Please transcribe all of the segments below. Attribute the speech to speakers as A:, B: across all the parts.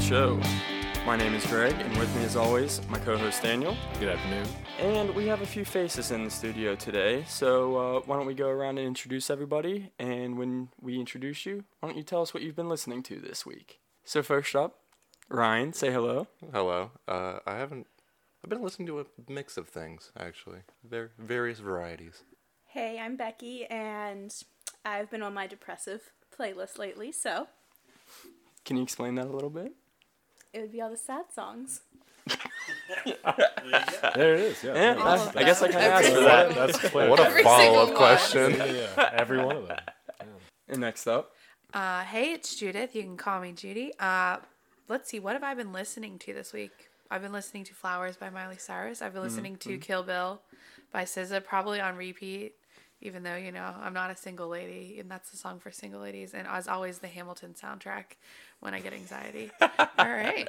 A: show. My name is Greg, and with me, as always, my co host Daniel.
B: Good afternoon.
A: And we have a few faces in the studio today, so uh, why don't we go around and introduce everybody? And when we introduce you, why don't you tell us what you've been listening to this week? So, first up, Ryan, say hello.
B: Hello. Uh, I haven't. I've been listening to a mix of things actually, Var various varieties.
C: Hey, I'm Becky, and I've been on my depressive playlist lately, so
A: Can you explain that a little bit?
C: it would be all the sad songs.
D: There it is. Yeah.
A: Yeah,
C: All of
A: I, I guess I
C: them.
A: can ask for
C: Every
A: that.
D: That- that's clear.
B: What a
E: Every
B: follow
E: single
B: up
E: one.
B: question.
D: yeah, yeah. Every one of them.
A: And next up,
E: Uh, hey, it's Judith. You can call me Judy. Uh, let's see. What have I been listening to this week? I've been listening to Flowers by Miley Cyrus. I've been listening to Kill Bill by SZA, probably on repeat. Even though you know I'm not a single lady, and that's the song for single ladies. And as always, the Hamilton soundtrack when I get anxiety. All right.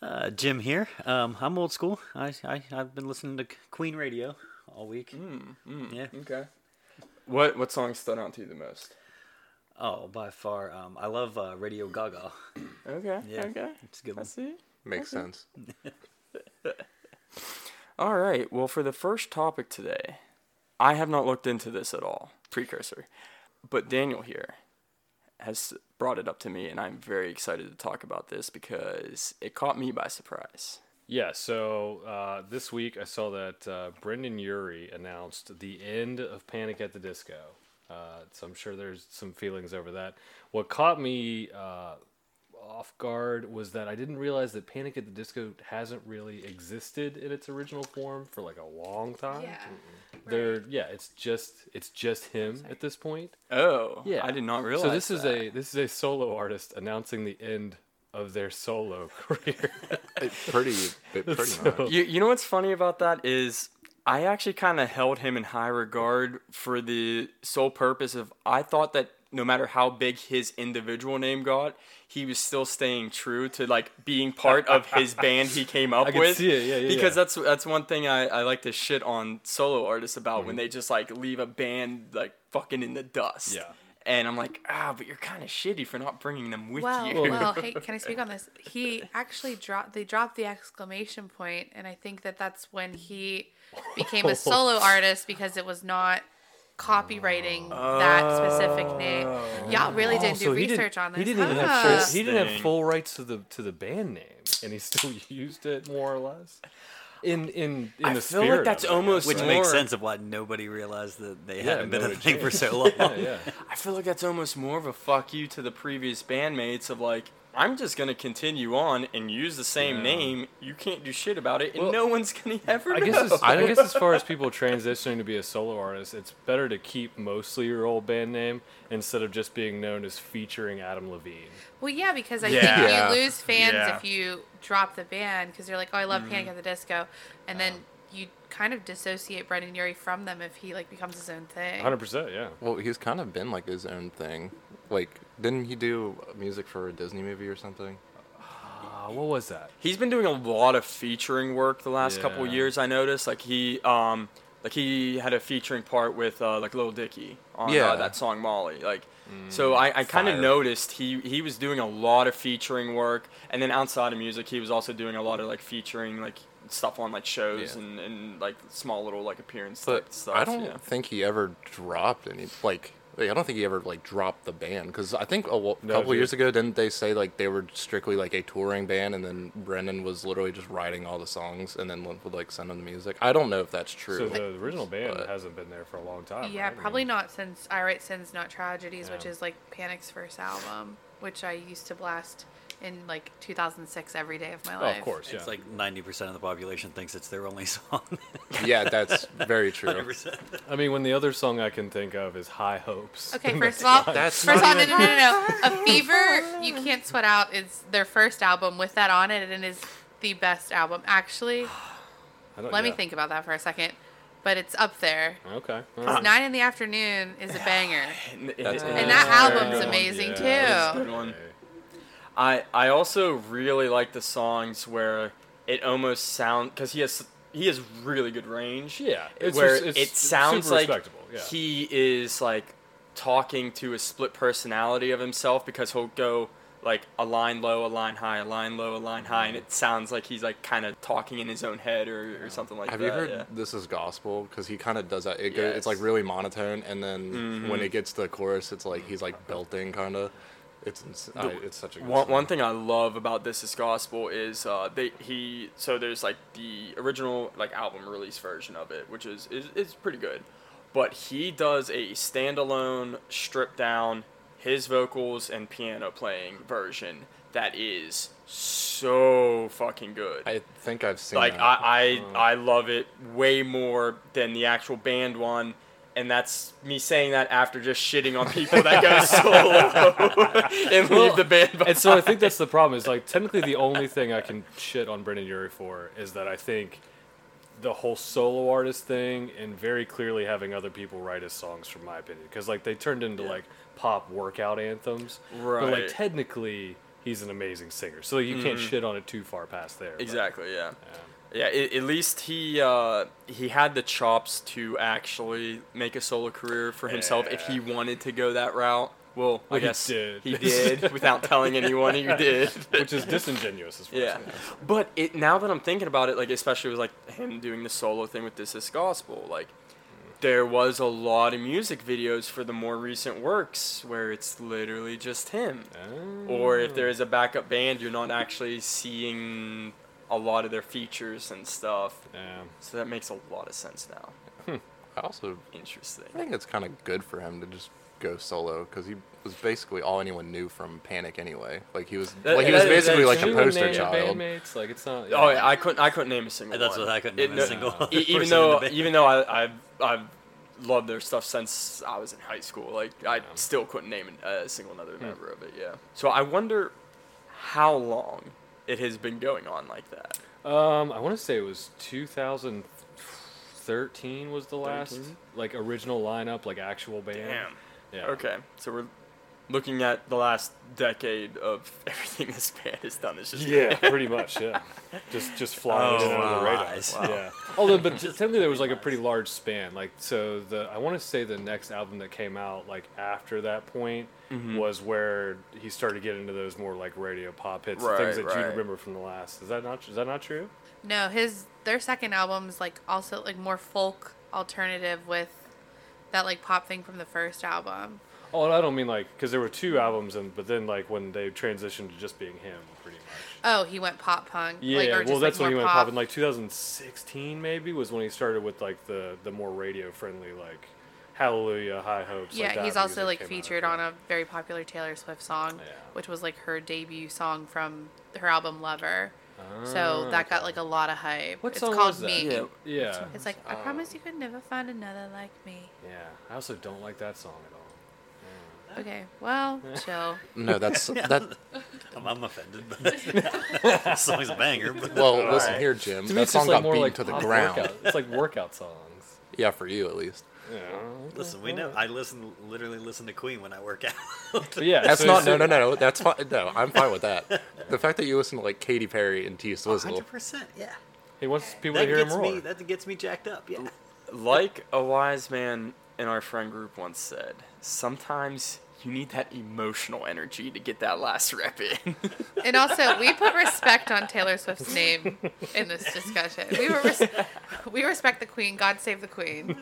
F: Uh, Jim here. Um, I'm old school. I, I I've been listening to Queen radio all week.
D: Hmm.
F: Yeah.
A: okay. What what song stood out to you the most?
F: Oh, by far. Um, I love uh, Radio Gaga.
A: Okay,
F: Yeah,
A: okay,
F: It's a good
A: I
F: one.
A: see.
B: Makes sense.
A: All right. Well, for the first topic today, I have not looked into this at all, precursor. But Daniel here has brought it up to me, and I'm very excited to talk about this because it caught me by surprise.
D: Yeah. So uh, this week I saw that uh, Brendan Urie announced the end of Panic at the Disco. Uh, so I'm sure there's some feelings over that. What caught me uh, off guard was that I didn't realize that Panic at the Disco hasn't really existed in its original form for like a long time.
E: Yeah.
D: They're yeah, it's just it's just him at this point.
A: Oh, I did not realize.
D: So this is
A: that.
D: a this is a solo artist announcing the end of their solo career.
B: It pretty. It pretty much.
A: You you know what's funny about that is I actually kind of held him in high regard for the sole purpose of I thought that no matter how big his individual name got, he was still staying true to like being part of his band he came up
D: I can
A: with.
D: see it, yeah, yeah,
A: Because
D: yeah.
A: that's that's one thing I, I like to shit on solo artists about
D: Mm-hmm.
A: when they just like leave a band like fucking in the dust.
D: Yeah.
A: And I'm like, ah, but you're kind of shitty for not bringing them with
E: Well,
A: you.
E: well, hey, can I speak on this? He actually dropped. They dropped the exclamation point, and I think that that's when he became a solo
D: Oh.
E: artist because it was not copywriting that specific name. Y'all really didn't do research on this.
D: Oh. He didn't even
E: huh?
D: have full, he didn't have
A: Interesting.
D: full rights to the to the band name, and he still used it more or less. In in in
A: I
D: the
A: feel like
D: spirit of
A: that's
D: it, I
A: almost
F: Which
D: guess.
F: makes
A: More-
F: sense of why nobody realized that they hadn't been
D: no
F: a
D: one
F: thing for so long.
D: yeah, yeah.
A: I feel like that's almost more of a fuck you to the previous bandmates of like, I'm just gonna continue on and use the same name. You can't do shit about it, and
D: Well,
A: no one's gonna ever.
D: I
A: know.
D: guess as, I guess as far as people transitioning to be a solo artist, it's better to keep mostly your old band name instead of just being known as featuring Adam Levine.
E: Well, yeah, because I
A: Yeah.
E: think
B: Yeah.
E: you lose fans
A: Yeah.
E: if you drop the band because they're like, "Oh, I love
D: Mm.
E: Panic at the Disco," and then you kind of dissociate Brendan Urie from them if he like becomes his own thing.
D: 100%, yeah.
B: Well, he's kind of been like his own thing. Like, didn't he do music for a Disney movie or something?
D: Uh, what was that?
A: He's been doing a lot of featuring work the last couple
D: Yeah.
A: years. I noticed, like he, um, like he had a featuring part with uh, like Lil Dicky on
B: Yeah. Mm,
A: uh, that song Molly. Like, so I, I kind of
B: fire.
A: noticed he he was doing a lot of featuring work, and then outside of music, he was also doing a lot of like featuring like stuff on like shows
B: Yeah.
A: and, and like small little like appearance type
B: But
A: stuff.
B: I don't
A: yeah.
B: think he ever dropped any. Like, I don't think he ever like dropped the band because I think a w-
D: No,
B: couple
D: dude.
B: years ago didn't they say like they were strictly like a touring band and then Brendan was literally just writing all the songs and then would like send them the music. I don't know if that's true.
D: So the original band
B: But-
D: hasn't been there for a long time.
E: Yeah,
D: right? I
E: probably
D: mean,
E: not since I Write Sins Not Tragedies, which
D: Oh, Yeah.
E: is like Panic's first album, which I used to blast in like 2006 every day of my
D: Oh,
E: life.
D: of course, yeah.
F: It's like 90% of the population thinks it's their only song.
B: yeah, that's very true.
F: 100%.
D: I mean, when the other song I can think of is High Hopes.
E: Okay, first of all,
B: That's
E: first of all,
B: not
E: no, no, no, no, no. A Fever You Can't Sweat Out is their first album with that on it, and it is the best album. Actually,
D: I don't-
E: let me
D: Oh, yeah.
E: think about that for a second, but it's up there.
D: Okay. all
E: 'Cause
D: right.
E: Nine in the Afternoon is a banger,
B: That's
A: Yeah.
B: a-
E: and that
D: Yeah.
E: album's amazing
D: Yeah.
E: too.
A: Good one. I I also really like the songs where it almost sound because he has he has really good range.
D: Yeah, it's
A: where
D: res- it's
A: it sounds
D: super
A: like
D: respectable, yeah.
A: he is like talking to a split personality of himself because he'll go like a line low, a line high, a line low, a line high, and it sounds like he's like kind of talking in his own head or, or something like
B: Have
A: that.
B: you heard
A: yeah.
B: "This Is Gospel"? Because he kind of does that. It goes, It's like
A: Yes. Mm-hmm.
B: really monotone, and then when it gets to the chorus, it's like he's like belting kind of. It's ins- I, it's such a good
A: One,
B: song.
A: one thing I love about this is gospel is uh, they he so there's like the original like album release version of it, which is is, is pretty good, but he does a standalone stripped down his vocals and piano playing version that is so fucking good.
B: I think I've seen.
A: like
B: that.
A: I, I I love it way more than the actual band one. And that's me saying that after just shitting on people that go solo and leave the band behind.
D: and so I think that's the problem. Is like technically the only thing I can shit on Brendan Urie for is that I think the whole solo artist thing and very clearly having other people write his songs, from my opinion, because like they turned into like pop workout anthems. But
A: Right. Mm-hmm.
D: like technically, he's an amazing singer, so you can't shit on it too far past there. but-
A: Exactly. Yeah. Yeah. a- at least he uh, he had the chops to actually make a solo career for himself if he wanted to go that route. Well, I
D: Well, he
A: guess
D: did.
A: he did without telling anyone. He did.
D: Which is disingenuous as far
A: Yeah.
D: as
A: But it now that I'm thinking about it, like especially with like him doing the solo thing with This Is Gospel, like there was a lot of music videos for the more recent works where it's literally just him. Or if there is a backup band, you're not actually seeing a lot of their features and stuff.
D: Yeah.
A: So that makes a lot of sense now.
B: I also
A: Interesting.
B: I think it's kind of good for him to just go solo because he was basically all anyone knew from Panic anyway. Like he was
A: That-
B: like he was
A: that-
B: basically
A: that's
B: like a
A: true.
B: poster
D: Name your
B: child.
D: bandmates, like it's not.
A: Oh, yeah, I couldn't. I couldn't name a single.
F: That's
A: one.
F: what I couldn't
A: It-
F: name a
A: no-
F: single.
A: E-
F: person
A: even
F: in the
A: though
F: band.
A: even though I I've, I've loved their stuff since I was in high school, like I still couldn't name an- a single another
F: Hmm.
A: member of it. Yeah. So I wonder how long it has been going on like that.
D: Um, I want to say it was 2013 was the last
A: 13?
D: like original lineup, like actual band.
A: Damn.
D: Yeah.
A: Okay. So we're looking at the last decade of everything this band has done. It's just
D: Yeah, pretty much. Yeah, just just flying
F: Oh,
D: in and out of the radar.
F: lies.
D: Yeah. Although, but technically there was like a pretty large span. Like, so the I want to say the next album that came out like after that point was where he started getting into those more like radio pop hits, and things that
A: Right,
D: you
A: right.
D: remember from the last. Is that not is that not true?
E: No, his their second album's like also like more folk alternative with that like pop thing from the first album.
D: Oh, and I don't mean like because there were two albums, and but then like when they transitioned to just being him, pretty much.
E: Oh, he went pop punk.
D: Yeah,
E: like, or
D: well,
E: just,
D: that's
E: like,
D: when he
E: more
D: went pop. In like 2016, maybe was when he started with like the the more radio friendly like Hallelujah, High Hopes. like,
E: yeah,
D: that
E: he's also
D: music
E: like
D: came out,
E: featured
D: yeah.
E: on a very popular Taylor Swift song,
D: Yeah.
E: which was like her debut song from her album Lover. so that got like a lot of hype.
D: Ah, What
E: it's
D: song
E: called
D: was that? Oh.
E: Me.
A: Yeah.
D: Yeah,
E: It's like I promise you could never find another like me.
D: yeah. I also don't like that song at all.
E: Okay, well, chill.
B: No, that's that.
F: I'm, I'm offended. But that song's a banger. But
B: Well, listen here, Jim.
D: To me,
B: that
D: it's just
B: song
D: like
B: got
D: more
B: beaten
D: like
B: to the
D: pop
B: ground.
D: Workout. It's like workout songs.
B: Yeah, for you at least.
D: Yeah,
F: listen, we know. I listen, literally listen to Queen when I work out.
D: But yeah.
B: That's
D: so
B: not.
D: it's-
B: No, no, no. That's fine. No, I'm fine with that. The fact that you listen to like Katy Perry and T Swizzle.
F: Hundred percent. Yeah.
D: He wants people to
F: That
D: hear him
F: gets
D: roar.
F: me. That gets me jacked up. Yeah.
A: Like a wise man in our friend group once said, sometimes you need that emotional energy to get that last rep in.
E: And also, we put respect on Taylor Swift's name in this discussion. We were res- we respect the Queen. God save the Queen.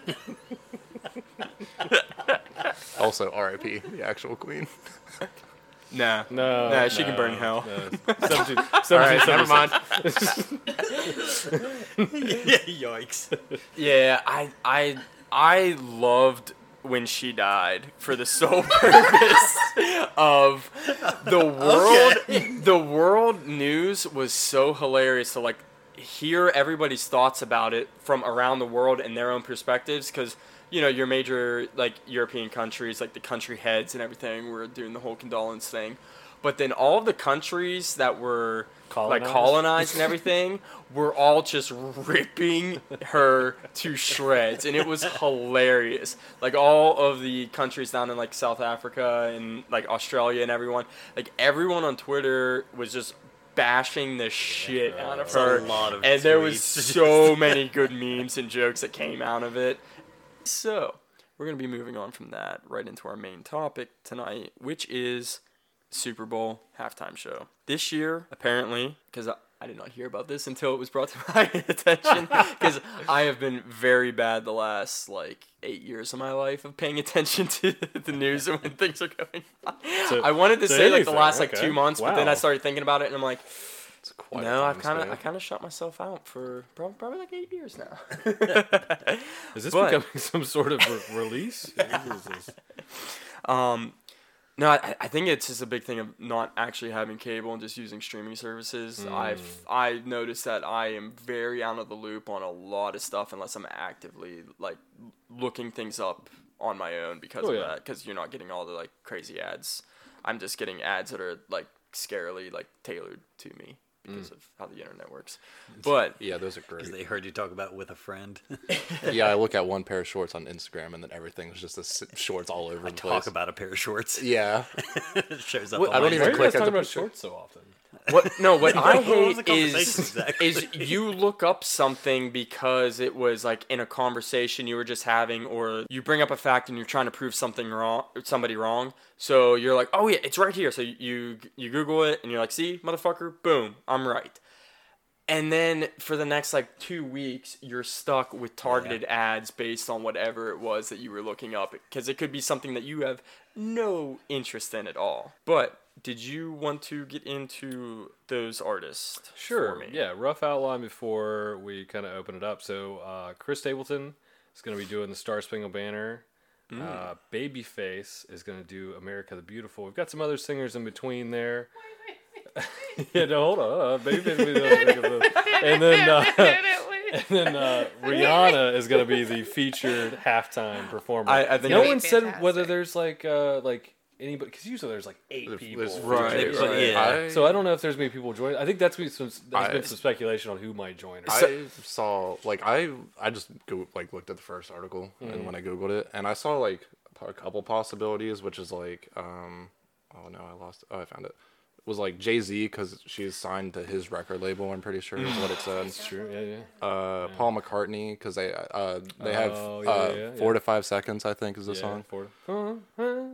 B: Also, R.I.P. The actual Queen.
A: nah.
D: No,
A: Nah, she can
D: no,
A: burn hell.
D: no. Substitute-
A: All right,
D: substitute-
A: never mind.
F: Yikes.
A: Yeah, I I I loved when she died for the sole purpose of the world the world news was so hilarious to like hear everybody's thoughts about it from around the world and their own perspectives cuz you know your major like European countries like the country heads and everything were doing the whole condolence thing but then all the countries that were like
D: Colonized?
A: colonized and everything were all just ripping her to shreds and it was hilarious like all of the countries down in like south africa and like australia and everyone like everyone on twitter was just bashing the shit out of
F: a
A: her
F: lot of
A: and there was
F: tweets.
A: so many good memes and jokes that came out of it so we're going to be moving on from that right into our main topic tonight which is Super Bowl halftime show. This year, apparently, because I, I did not hear about this until it was brought to my attention, because I have been very bad the last like eight years of my life of paying attention to the news and when things are going on.
D: So-
A: I wanted to
D: so
A: say like the
D: anything,
A: last like
D: okay.
A: two months, but then I
D: Wow.
A: started thinking about it and I'm like,
B: It's quite a
A: no, I've kind
B: time
A: of I
B: span.
A: kind of shut myself out for probably, probably like eight years now.
D: Is this
A: But-
D: becoming some sort of re- release? What is this?
A: Um, no, I, I think it's just a big thing of not actually having cable and just using streaming services.
D: Mm.
A: I've I noticed that I am very out of the loop on a lot of stuff unless I'm actively like looking things up on my own because
D: Oh,
A: of
D: yeah.
A: that. Because you're not getting all the like crazy ads. I'm just getting ads that are like scarily like tailored to me because
D: Mm.
A: of how the internet works. But
B: Yeah, those are
F: Because
B: great.
F: they heard you talk about with a friend.
B: yeah, I look at one pair of shorts on Instagram, and then everything's just the s- shorts all over the place.
F: talk about a pair of shorts.
B: Yeah,
F: it shows up.
B: What-
F: on
B: I don't
F: my
B: even
D: Why are
F: Instagram.
D: you
B: click
D: guys
B: at
D: talking
B: the
D: about
B: picture.
D: shorts so often?
A: What no, what I
F: What was
A: hate
F: the conversation
A: is
F: exactly?
A: is you look up something because it was like in a conversation you were just having, or you bring up a fact and you're trying to prove something wrong, somebody wrong. So you're like, oh yeah, it's right here. So you you Google it and you're like, see, motherfucker, boom, I'm right. And then for the next like two weeks, you're stuck with targeted ads based on whatever it was that you were looking up because it could be something that you have no interest in at all. But did you want to get into those artists? for
D: Sure.
A: me?
D: Yeah, rough outline before we kind of open it up. So, uh, Chris Stapleton is going to be doing the Star Spangled Banner. Uh, Babyface is going to do America the Beautiful. We've got some other singers in between there. yeah, no, hold on. Uh, Babyface will be doing America the Beautiful. And then, uh, and then uh, Rihanna is going to be the featured halftime performer.
A: I- I think
D: no
A: that's-
D: one said whether
E: Fantastic.
D: there's like uh, like anybody because usually there's like eight people.
A: Right,
F: But
A: right.
F: yeah.
B: I,
D: So I don't know if there's many people joining. I think that's been some, there's
B: I-
D: been some speculation on who might join. Or
B: I saw like I I just go like looked at the first article
D: Mm-hmm.
B: and when I googled it and I saw like a couple possibilities which is like um oh no I lost oh I found it was like Jay Z because she's signed to his record label I'm pretty sure is what it said.
D: True. Yeah, yeah.
B: Uh, Paul McCartney because they uh they have
D: Oh, yeah,
B: uh,
D: yeah,
B: four
D: yeah.
B: to five seconds I think is the
D: Yeah,
B: song.
D: for-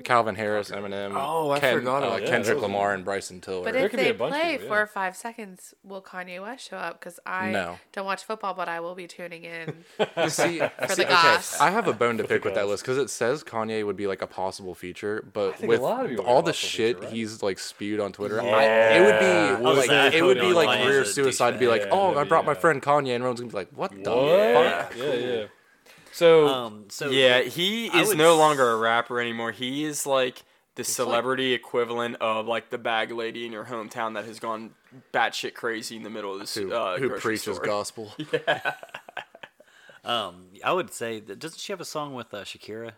B: Calvin Harris, Eminem.
A: Oh, I forgot
B: uh,
A: about
D: that.
B: Kendrick
D: Those are-
B: Lamar and Bryson Tiller.
E: But
D: There
E: if
D: could be
E: they
D: a bunch of
E: play
D: you, yeah.
E: four or five seconds, will Kanye West show up? Because I
B: No.
E: don't watch football, but I will be tuning in.
B: See,
E: the
B: see,
E: goss.
B: I have a bone to pick with that list because it says Kanye would be like a possible feature, but
D: think a
B: with
D: lot of people would
B: all
D: be
B: the
D: a possible
B: shit
D: feature, right?
B: he's like spewed on Twitter, I, it would be
F: Oh,
B: like
F: Zach
B: it would
F: Cody
B: be
F: on
B: like
F: Kanye's
B: career
F: a
B: suicide to be
F: douchebag.
B: like,
D: Yeah,
B: oh, I
D: that'd
B: brought
D: be,
B: my
D: uh,
B: friend Kanye, and everyone's gonna be like, what the fuck?
D: Yeah, yeah, yeah. So
F: Um, so
A: Yeah, he
F: I
A: is
F: would
A: no
F: s-
A: longer a rapper anymore. He is like the celebrity equivalent of like the bag lady in your hometown that has gone batshit crazy in the middle of this
B: Who,
A: uh,
B: who
A: grocery
B: preaches
A: store.
B: gospel?
F: um, I would say that doesn't she have a song with uh, Shakira?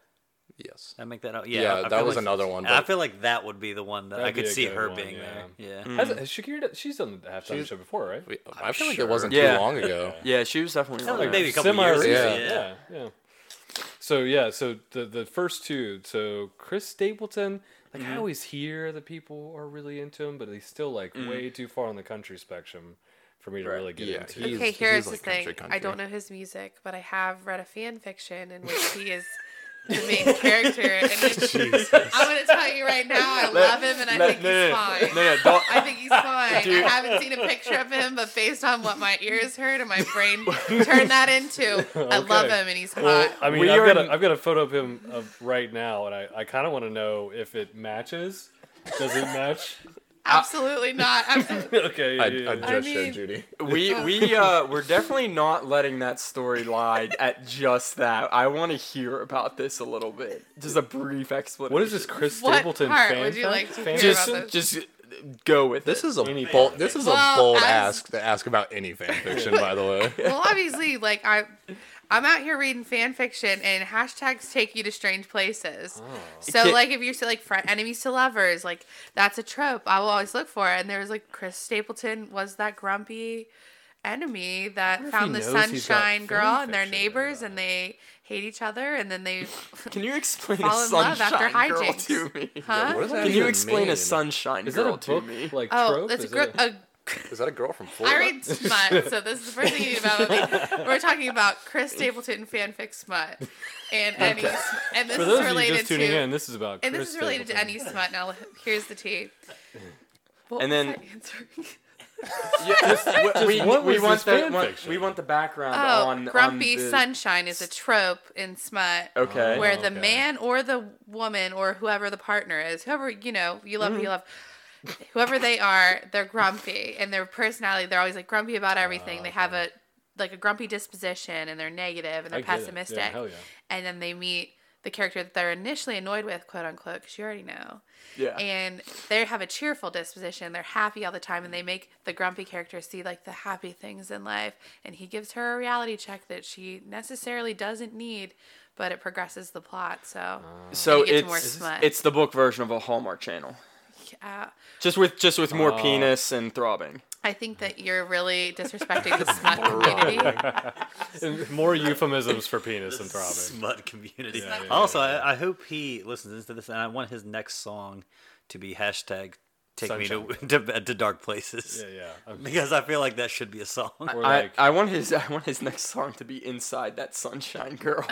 B: Yes.
F: Did I make that out. Yeah,
B: Yeah,
F: I- I
B: that
F: feel
B: was
F: like-
B: another one,
F: I
B: but-
F: feel like that would be the one that I
D: That'd
F: could
D: be a
F: see
D: good
F: her
D: one,
F: being
D: yeah.
F: there. Yeah.
B: Mm,
D: has, has Shakira? done- She's done the halftime
B: She's-
D: show before, right?
B: We- I feel like
F: sure.
B: it wasn't
A: Yeah.
B: too long ago.
A: Yeah, she was definitely.
F: That was
A: one.
F: maybe a couple
D: Semi
F: years.
D: recent.
F: ago,
B: Yeah.
F: Yeah.
D: Yeah. yeah, So yeah, so the the first two, so Chris Stapleton, like
F: Mm-hmm.
D: I always hear that people are really into him, but he's still like
F: Mm-hmm.
D: way too far on the country spectrum for me to really get
B: Yeah,
D: into.
B: he's-
E: okay, here's
B: like
E: the thing.
B: country,
E: I don't
B: country.
E: know his music, but I have read a fan fiction in which he is the main character. And it's, I'm going to tell you right now, I love him and I think he's fine.
A: No, no, don't.
E: I think he's fine.
A: Dude.
E: I haven't seen a picture of him, but based on what my ears heard and my brain turned that into, I love
D: Okay.
E: him and he's hot.
D: Well, I mean,
A: We
D: I've
A: are
D: got, a,
A: in-
D: I've got a photo of him of right now, and I, I kind of want to know if it matches. Does it match?
E: Absolutely not. Absolutely.
D: okay. Yeah,
B: I,
D: yeah,
B: I just
D: yeah.
E: mean-
B: showed Judy.
A: we we uh we're definitely not letting that story lie at just that. I want to hear about this a little bit. Just a brief explanation.
D: What is this Chris
E: What
D: Stapleton
E: part
D: fan
E: would you
D: fact?
E: like to
D: Fan
E: hear?
D: fact?
A: Just
E: about
A: just go with
B: This
A: it.
B: is a
D: Any
B: bold.
D: fan
B: This is
E: Well,
B: a bold
E: as-
B: ask to ask about any fan fiction, by the way.
E: well, obviously, like I, I'm out here reading fan fiction, and hashtags take you to strange places.
D: Oh.
E: So,
A: Okay.
E: like, if you're like friend, enemies to lovers, like that's a trope I will always look for. And there was like Chris Stapleton was that grumpy enemy that
D: if
E: found
D: he
E: the
D: knows he's got
E: sunshine
D: fan
E: girl and their
D: fiction written
E: neighbors,
D: about
E: and they hate each other, and then they,
A: Can you explain a
E: Fall in love after
A: sunshine girl
E: hijinks.
A: to me?
E: huh?
B: What does that
A: Can you
B: even
A: explain
B: mean?
A: a sunshine
D: Is that
A: girl
D: a book
A: to me?
D: like
E: Oh,
D: trope?
E: that's a,
D: Is
E: gr-
D: it
E: a
B: Is that a girl from Florida?
E: I read smut, so this is the first thing you need about me. We're talking about Chris Stapleton fanfic smut, and any, sm- and this
D: For those
E: is
D: of you
E: related
D: just
E: to,
D: tuning in, this is about
E: and
D: Chris
E: this is related to
D: Stapleton.
E: any smut. Now here's the tea. What
A: And
E: was
A: then-
E: I answering?
A: we,
D: what
A: we
D: was
A: want
D: this
A: the
D: fan
A: want-
D: fiction?
A: we want the background
E: oh,
A: on
E: grumpy
A: on the,
E: sunshine is a trope in smut.
A: Okay.
E: where the
D: okay.
E: man or the woman or whoever the partner is, whoever you know, you love,
D: Mm-hmm.
E: who you love, whoever they are, they're grumpy and their personality. They're always like grumpy about everything.
D: Oh,
E: They have a like a grumpy disposition and they're negative and
D: I
E: they're
D: get it. Yeah,
E: pessimistic.
D: hell yeah.
E: And then they meet the character that they're initially annoyed with, quote unquote, because you already know.
A: Yeah.
E: And they have a cheerful disposition. They're happy all the time, and they make the grumpy character see like the happy things in life. And he gives her a reality check that she necessarily doesn't need, but it progresses the plot. So,
D: Ah.
A: so
E: You get to
A: it's
E: more smut.
A: it's the book version of a Hallmark Channel,
E: uh,
A: just with just with more
D: Uh,
A: penis and throbbing.
E: I think that you're really disrespecting the smut community.
D: And more euphemisms for penis and throbbing.
F: Smut community.
E: Yeah, yeah,
F: also, I, I hope he listens to this, and I want his next song to be hashtag Take Me to, to to Dark Places
D: Yeah, yeah. I'm-
F: because I feel like that should be a song.
D: We're
A: I,
D: like,
A: I want his I want his next song to be inside that sunshine girl.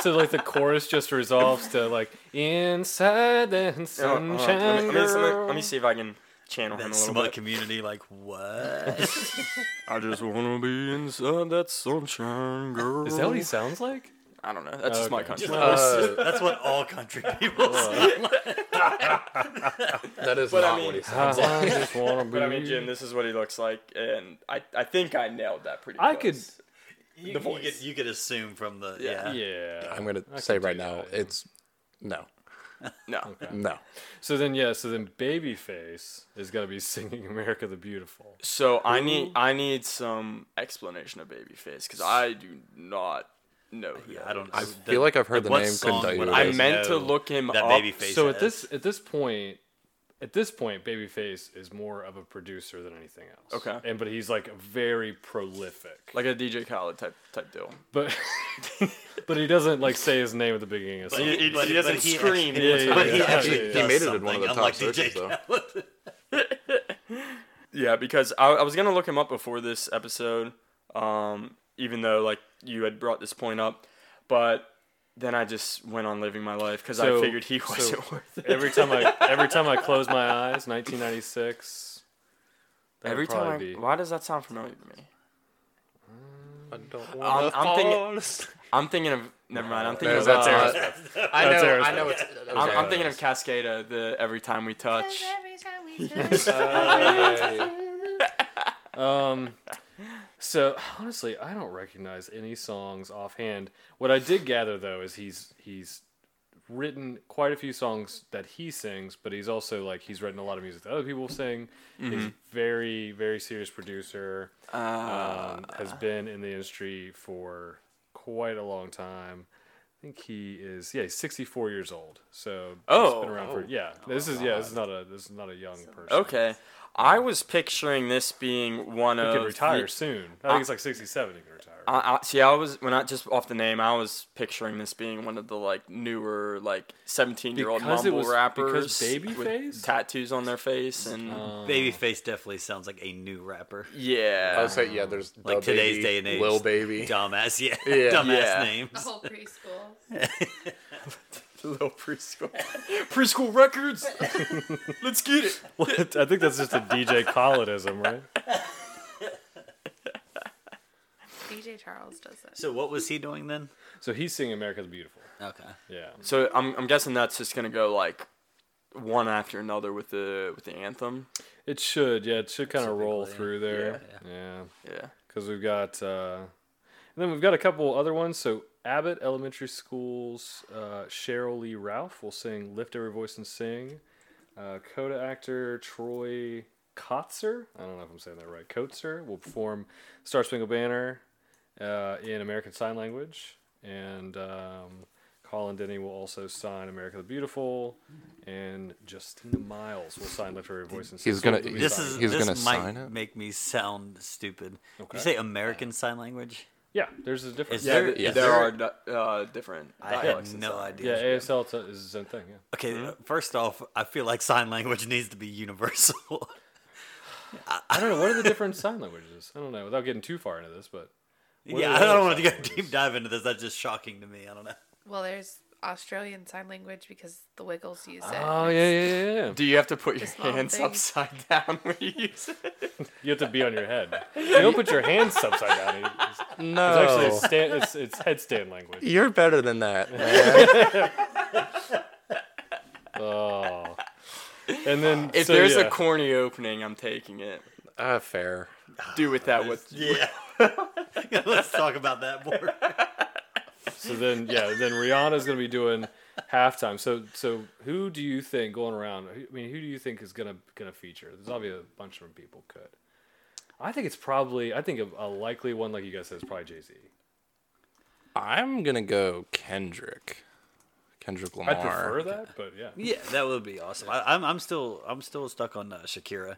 D: so like the chorus just resolves to like inside the
A: Hold on,
D: sunshine.
A: hold on. Let, me, let, me, let me-
D: girl."
A: let me see if I can channel him a
F: That
A: little
F: smut
A: bit.
F: community, like what?
A: I just wanna be inside that sunshine girl.
D: Is that what he sounds like?
A: I don't know. That's just my Uh,
D: Okay.
A: country.
F: That's what all country people say.
B: That is
A: But I
B: not
A: mean-
B: what he sounds like.
D: Uh, I just wanna be.
A: but I mean, Jim, this is what he looks like, and I, I think I nailed that pretty.
D: I could.
A: close. The
F: You, you
A: voice.
F: could, you could assume from the
A: Yeah.
F: yeah.
D: Yeah.
B: I'm gonna
D: I
B: say
D: could
B: right
D: do
B: now,
D: that.
B: it's no,
A: No,
B: no.
D: So then, yeah. So then, Babyface is gonna be singing "America the Beautiful."
A: so I need I need some explanation of Babyface because I do not know. Who
F: Yeah,
A: that
F: I don't.
B: I
F: the-
B: feel like I've heard the
F: what
B: name, couldn't
F: song
B: tell you
F: would
B: who it
A: I
B: is.
A: meant to
F: know
A: look him
F: that
A: up.
F: Babyface
D: so at
F: has?
D: this at this point at this point babyface is more of a producer than anything else
A: Okay.
D: and but he's like very prolific
A: like a DJ Khaled type type deal.
D: but but he doesn't like say his name at the beginning of the song
A: he- he doesn't scream.
D: Yeah, yeah,
F: But he
D: yeah,
F: actually
D: yeah, yeah.
F: does
B: He made it in
F: something,
B: one of the top
F: unlike
B: searches,
F: DJ
B: though.
F: Khaled.
A: Yeah, because I, I was gonna look him up before this episode, um, even though like you had brought this point up, but then I just went on living my life because I
D: So-
A: figured he
D: so-
A: wasn't worth it.
D: every time i every time i close my eyes 1996 that would
A: Every
D: probably
A: time, I,
D: be-
A: why does that sound familiar to me?
B: I don't
A: I'm,
B: want
A: I'm thinking. I'm thinking of. Never mind. I'm thinking
B: No,
A: of.
B: that's
A: uh,
B: Aerosmith. I
D: That's
B: know. I
D: Aerosmith.
B: know. It's,
A: I'm, I'm
B: Aerosmith.
A: thinking of Cascada. The Every Time We Touch.
D: Um, so honestly, I don't recognize any songs offhand. What I did gather though is he's he's written quite a few songs that he sings, but he's also like he's written a lot of music that other people sing. He's a very very serious producer. um, has been in the industry for quite a long time. I think he is yeah, he's 64 years old. So he's
A: Oh.
D: been around for yeah. This is yeah, this is not a this is not a young person.
A: Okay. I was picturing this being one
D: He
A: of.
D: could retire
A: the-
D: soon. I think it's like 67 he can retire.
A: I, I, see, I was when I just off the name, I was picturing this being one of the like newer, like seventeen-year-old
D: Because
A: mumble
D: it was-
A: rappers
D: because Babyface?
A: with tattoos on their face and
B: Uh.
F: Babyface definitely sounds like a new rapper.
B: I
A: yeah.
B: would say yeah. There's
F: Like
B: Da
F: today's
B: Baby,
F: day and age.
B: Lil Baby.
F: Dumbass, yeah.
B: Yeah.
F: Dumbass
A: Yeah.
E: A
F: names.
E: whole preschool.
A: Little preschool, preschool records. Let's get it.
D: I think that's just a DJ Khaledism, right?
E: DJ Charles does it.
F: So what was he doing then?
D: So he's singing "America the Beautiful."
F: Okay.
D: Yeah.
A: So I'm, I'm guessing that's just gonna go like one after another with the with the anthem.
D: It should, yeah, it should kind of roll
F: Typically,
D: through there.
F: yeah.
D: Yeah.
A: Yeah.
D: Because we've got, uh, and then we've got a couple other ones. So Abbott Elementary School's uh, Cheryl Lee Ralph will sing "Lift Every Voice and Sing." Uh, Coda actor Troy Kotzer, I don't know if I'm saying that right. Kotzer will perform "Star Spangled Banner" uh, in American Sign Language, and um, Colin Denny will also sign "America the Beautiful," and Justina Miles will sign "Lift Every Voice and Sing."
B: He's gonna-
D: So we'll be
F: This
D: signing-
F: is
B: He's
F: this
B: gonna
F: might
B: sign it?
F: make me sound stupid.
D: Okay.
F: You say American Sign Language?
D: yeah. There's a difference.
F: Is
A: Yeah,
F: there-
A: th-
F: yes.
A: there are di- uh, different
F: I
A: dialects
F: had
A: and
F: no
A: stuff.
F: idea.
D: Yeah, ASL t- is its own thing. Yeah.
F: Hmm? uh, Okay, first off, I feel like sign language needs to be universal.
D: I don't know. What are the different sign languages? I don't know. Without getting too far into this, but what are
F: yeah,
D: the
F: I don't
D: other
F: want to
D: sign
F: go deep
D: languages?
F: dive into this. That's just shocking to me. I don't know.
E: Well, there's Australian Sign Language because the Wiggles use it.
D: Oh yeah, yeah, yeah, yeah.
A: Do you have to put your
E: This long
A: hands
E: thing.
A: upside down when you use it?
D: You have to be on your head. You don't put your hands upside down. It's, it's
B: No,
D: actually it's, stand, it's, it's headstand language.
B: you're better than that. man.
D: Oh. And then
A: If
D: so,
A: there's
D: yeah.
A: a corny opening, I'm taking it.
B: Ah, fair.
A: Do with that what
F: Yeah. Let's talk about that more.
D: So then, yeah, then Rihanna's gonna be doing halftime. So, so who do you think going around? who- I mean, who do you think is gonna gonna feature? There's obviously a bunch of people could. I think it's probably. I think a, a likely one, like you guys said, is probably Jay Z.
B: I'm gonna go Kendrick. Kendrick Lamar.
D: I prefer that, but yeah.
F: Yeah, that would be awesome. I, I'm, I'm still I'm still stuck on uh, Shakira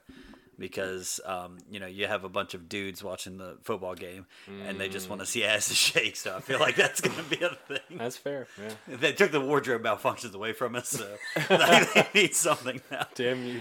F: because um, you know you have a bunch of dudes watching the football game and they just want to see asses shake. So I feel like that's going to be a thing.
D: That's fair. Yeah.
F: They took the wardrobe malfunctions away from us, so like, they need something now.
D: Damn you,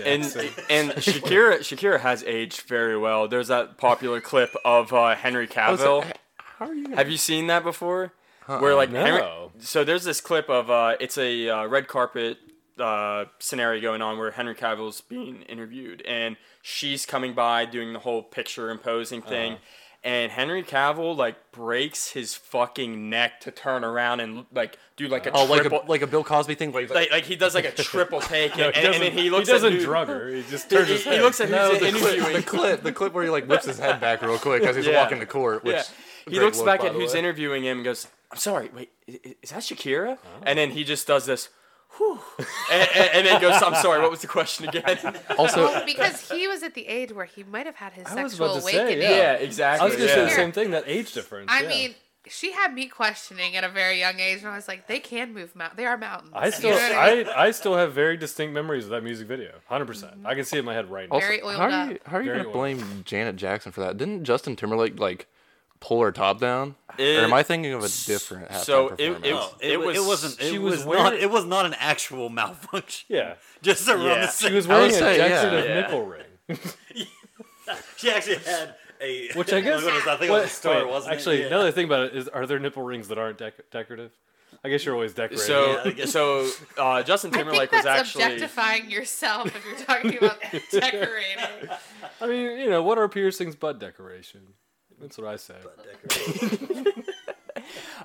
A: and and
D: Jackson.
A: and Shakira Shakira has aged very well. There's that popular clip of uh, Henry Cavill.
B: Oh, How are you? Gonna...
A: Have you seen that before? Where like
D: no.
A: Henry, so there's this clip of uh, it's a uh, red carpet uh, scenario going on where Henry Cavill's being interviewed and she's coming by doing the whole picture and posing thing. And Henry Cavill like breaks his fucking neck to turn around and like do like a
B: Oh, like
A: triple
B: a like a Bill Cosby thing. Like,
A: like, like he does like a triple take and,
D: No,
A: and, and then he looks
D: doesn't
A: at who-
D: drug her. He just
A: He,
D: turns his
A: he
D: head.
A: looks at
B: no,
A: who's
B: the clip, the
A: interviewing.
B: clip, the clip where he like whips his head back real quick as he's
A: Yeah.
B: walking the court. Which
A: Yeah. He
B: great
A: looks
B: look,
A: back
B: by
A: at
B: the
A: who's
B: way.
A: interviewing him and goes, I'm sorry, wait, i- i- is that Shakira?
B: Oh.
A: And then he just does this, whew, and, and, and then goes, I'm sorry, what was the question again?
B: Also,
E: Because he was at the age where he might have had his
D: I was
E: sexual
D: about to say,
E: awakening.
D: Yeah.
A: yeah, exactly.
D: I was gonna
A: yeah.
D: say the same thing. That age difference.
E: I
D: yeah.
E: mean, she had me questioning at a very young age, and I was like, they can move mountains. They are mountains.
D: I
E: You
D: still,
E: know what I mean?
D: I, I still have very distinct memories of that music video. Hundred
E: Mm-hmm.
D: percent. I can see it in my head right now.
B: also,
E: Very oiled
B: how are you,
E: up.
B: how are you
D: Very
B: gonna
D: oiled.
B: blame Janet Jackson for that? Didn't Justin Timberlake like pull her top down?
A: It-
B: or am I thinking of a different halftime
A: so it- it-
B: performance?
F: Oh,
A: It
F: it, wa-
A: was-
F: it wasn't. It
D: she was
F: was, not.
D: wearing-
F: It was not an actual malfunction.
D: Yeah.
F: Just around
A: Yeah.
F: the
A: She
F: same.
D: She was
B: I
D: wearing
B: would
D: a
B: say,
D: Jackson
B: yeah.
D: of
A: Yeah.
D: nipple ring.
F: She actually had a.
D: Which I guess.
F: Look at this, I think it
D: What-
F: was a star,
D: wait,
F: wasn't
D: actually,
F: it? Yeah.
D: another thing about it is, are there nipple rings that aren't dec- decorative? I guess you're always decorating.
A: So,
F: Yeah, I guess.
A: so uh, Justin
E: I think
A: Timberlake was
E: that's
A: actually.
E: objectifying yourself if you're talking about decorating.
D: I mean, you know, what are piercings but decoration? That's what I say.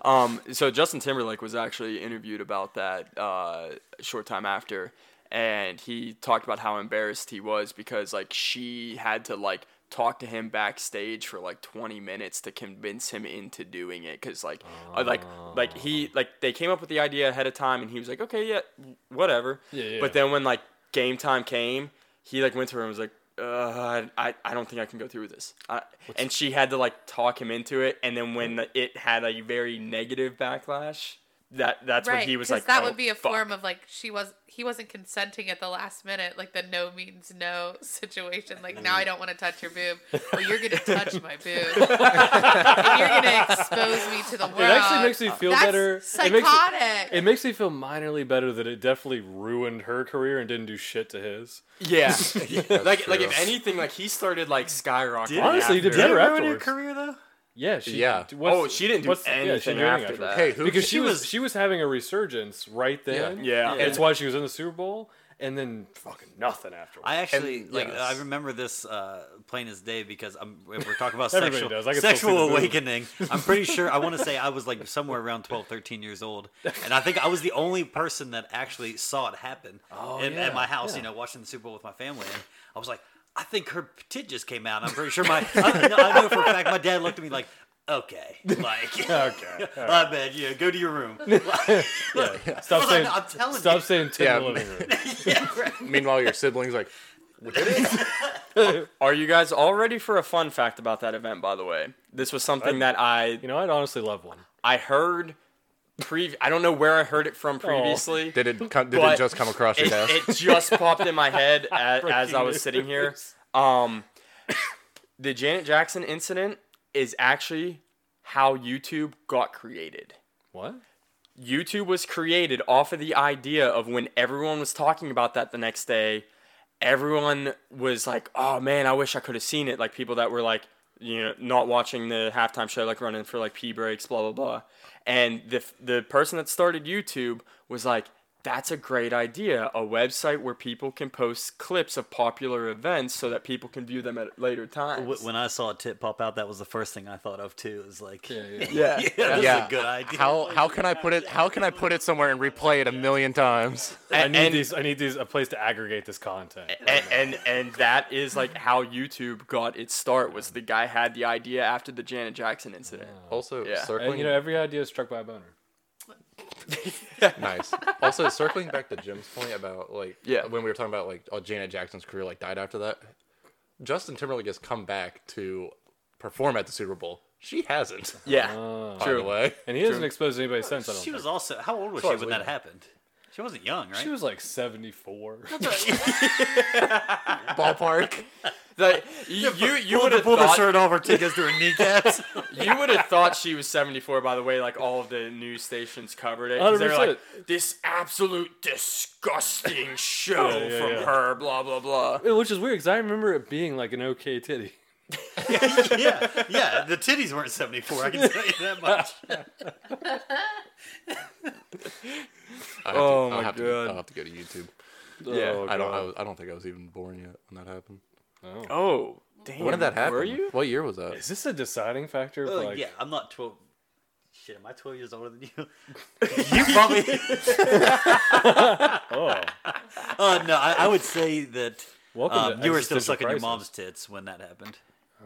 A: Um, so Justin Timberlake was actually interviewed about that uh, a short time after, and he talked about how embarrassed he was because like she had to like talk to him backstage for like 20 minutes to convince him into doing it because like uh, like like he like they came up with the idea ahead of time and he was like okay yeah whatever
D: Yeah, yeah.
A: but then when like game time came he like went to her and was like uh, I, I don't think I can go through with this. I, and she had to like talk him into it. And then when the- it had a very negative backlash, that that's
E: right.
A: when he was
E: 'cause
A: like,
E: that
A: "Oh,
E: would be a
A: fuck."
E: form of like she was he wasn't consenting at the last minute, like the no means no situation. Like now I don't want to touch your boob. Well, you're gonna touch my boob. and you're gonna expose me to the world.
D: It actually makes me feel
E: That's
D: better. It
E: Psychotic.
D: makes, it makes me feel minorly better that it definitely ruined her career and didn't do shit to his.
A: Yeah, like like
B: true.
A: if anything, like he started like skyrocketing. after.
D: Honestly, he did
F: Did it
D: better
F: ruin your
D: afterwards.
F: career though?
D: Yeah, she.
B: Yeah.
D: what's-
A: Oh, she didn't do
D: what's- yeah, she
A: anything
D: didn't do
A: after
D: anything
A: that.
B: hey, who?
D: because she
F: She
D: was
F: was-
D: she was having a resurgence right then.
A: Yeah. Yeah.
D: And That's why she was in the Super Bowl, and then fucking nothing afterwards.
F: I actually like.
B: yes.
F: I remember this uh, plain as day because I'm, if we're talking about
D: Everybody
F: sexual,
D: does. I can still
F: sexual
D: see the boob.
F: awakening. I'm pretty sure. I want to say I was like somewhere around 12, 13 years old, and I think I was the only person that actually saw it happen
D: Oh,
F: in,
D: yeah,
F: at my house.
D: yeah.
F: You know, watching the Super Bowl with my family, and I was like, I think her tit just came out. And I'm pretty sure my. I, no, I know for a fact my dad looked at me like, okay, like,
D: okay.
F: I bet yeah, go to your room.
D: Stop
F: Well,
D: saying.
F: I'm telling
D: stop
F: you.
D: saying Tim
B: Yeah.
D: in the living room.
B: Meanwhile, your siblings like
A: Are you guys all ready for a fun fact about that event? By the way, this was something that I
D: You know, I'd honestly love one.
A: I heard. Pre- I don't know where I heard it from previously.
B: did it come, did
A: But
B: it just come across your
A: it,
B: desk?
A: it just popped in my head as, as I
D: Breaking
A: was sitting here.
D: news.
A: Um, the Janet Jackson incident is actually how YouTube got created.
D: What?
A: YouTube was created off of the idea of when everyone was talking about that the next day, everyone was like, "Oh man, I wish I could have seen it." Like people that were like, you know, not watching the halftime show, like running for like pee breaks, blah blah blah. And the f- the person that started YouTube was like, "That's a great idea, a website where people can post clips of popular events so that people can view them at later times."
F: Wh- When I saw a tip pop out, that was the first thing I thought of too. It was like, yeah,
A: yeah.
F: that's
B: Yeah.
F: a good idea.
B: How how can I put it? How can I put it somewhere and replay it a million times?
D: I need
A: and-
D: these. I need these. A place to aggregate this content.
A: and, and and that is like how YouTube got its start. Was the guy had the idea after the Janet Jackson incident?
D: Oh.
B: Also,
A: Yeah.
B: circling
D: And, you know, every idea is struck by a boner.
B: nice. Also, circling back to Jim's point about like
A: Yeah.
B: when we were talking about like oh, Janet Jackson's career like died after that. Justin Timberlake has come back to perform at the Super Bowl. She hasn't.
A: Yeah,
D: Oh.
B: by
A: true.
B: the way.
D: And he hasn't exposed anybody since. I don't
F: She
D: think.
F: was also how old was
B: Sure,
F: she when
B: but-
F: that happened? She wasn't young, right?
D: She was like seventy four.
B: Ballpark.
A: Like, you you, you would have
F: pulled her
A: thought
F: shirt off her tickets to her kneecaps.
A: you would have thought she was 74. By the way, like all of the news stations covered it. 'cause They were like this absolute disgusting show
D: yeah,
A: from
D: yeah.
A: her. Blah blah blah.
D: Which is weird because I remember it being like an okay titty.
F: yeah, yeah. The titties weren't seventy four. I can tell you that much.
B: I have to-
A: Oh
B: I'll
A: my
B: have to-
A: God. Oh,
B: I'll have to go to YouTube.
D: Oh,
A: Yeah.
B: I don't. I, was, I don't think I was even born yet when that happened.
A: Oh damn.
B: When did that happen?
A: Were you?
B: What year was that?
D: Is this a deciding factor? of,
F: Oh
D: like,
F: yeah, I'm not twelve. Shit, am I twelve years older than you? you probably.
D: Oh,
F: Uh, no, I, I would say that
D: welcome.
F: um,
D: to
F: you were still
D: existential
F: sucking your
D: crisis.
F: mom's tits when that happened.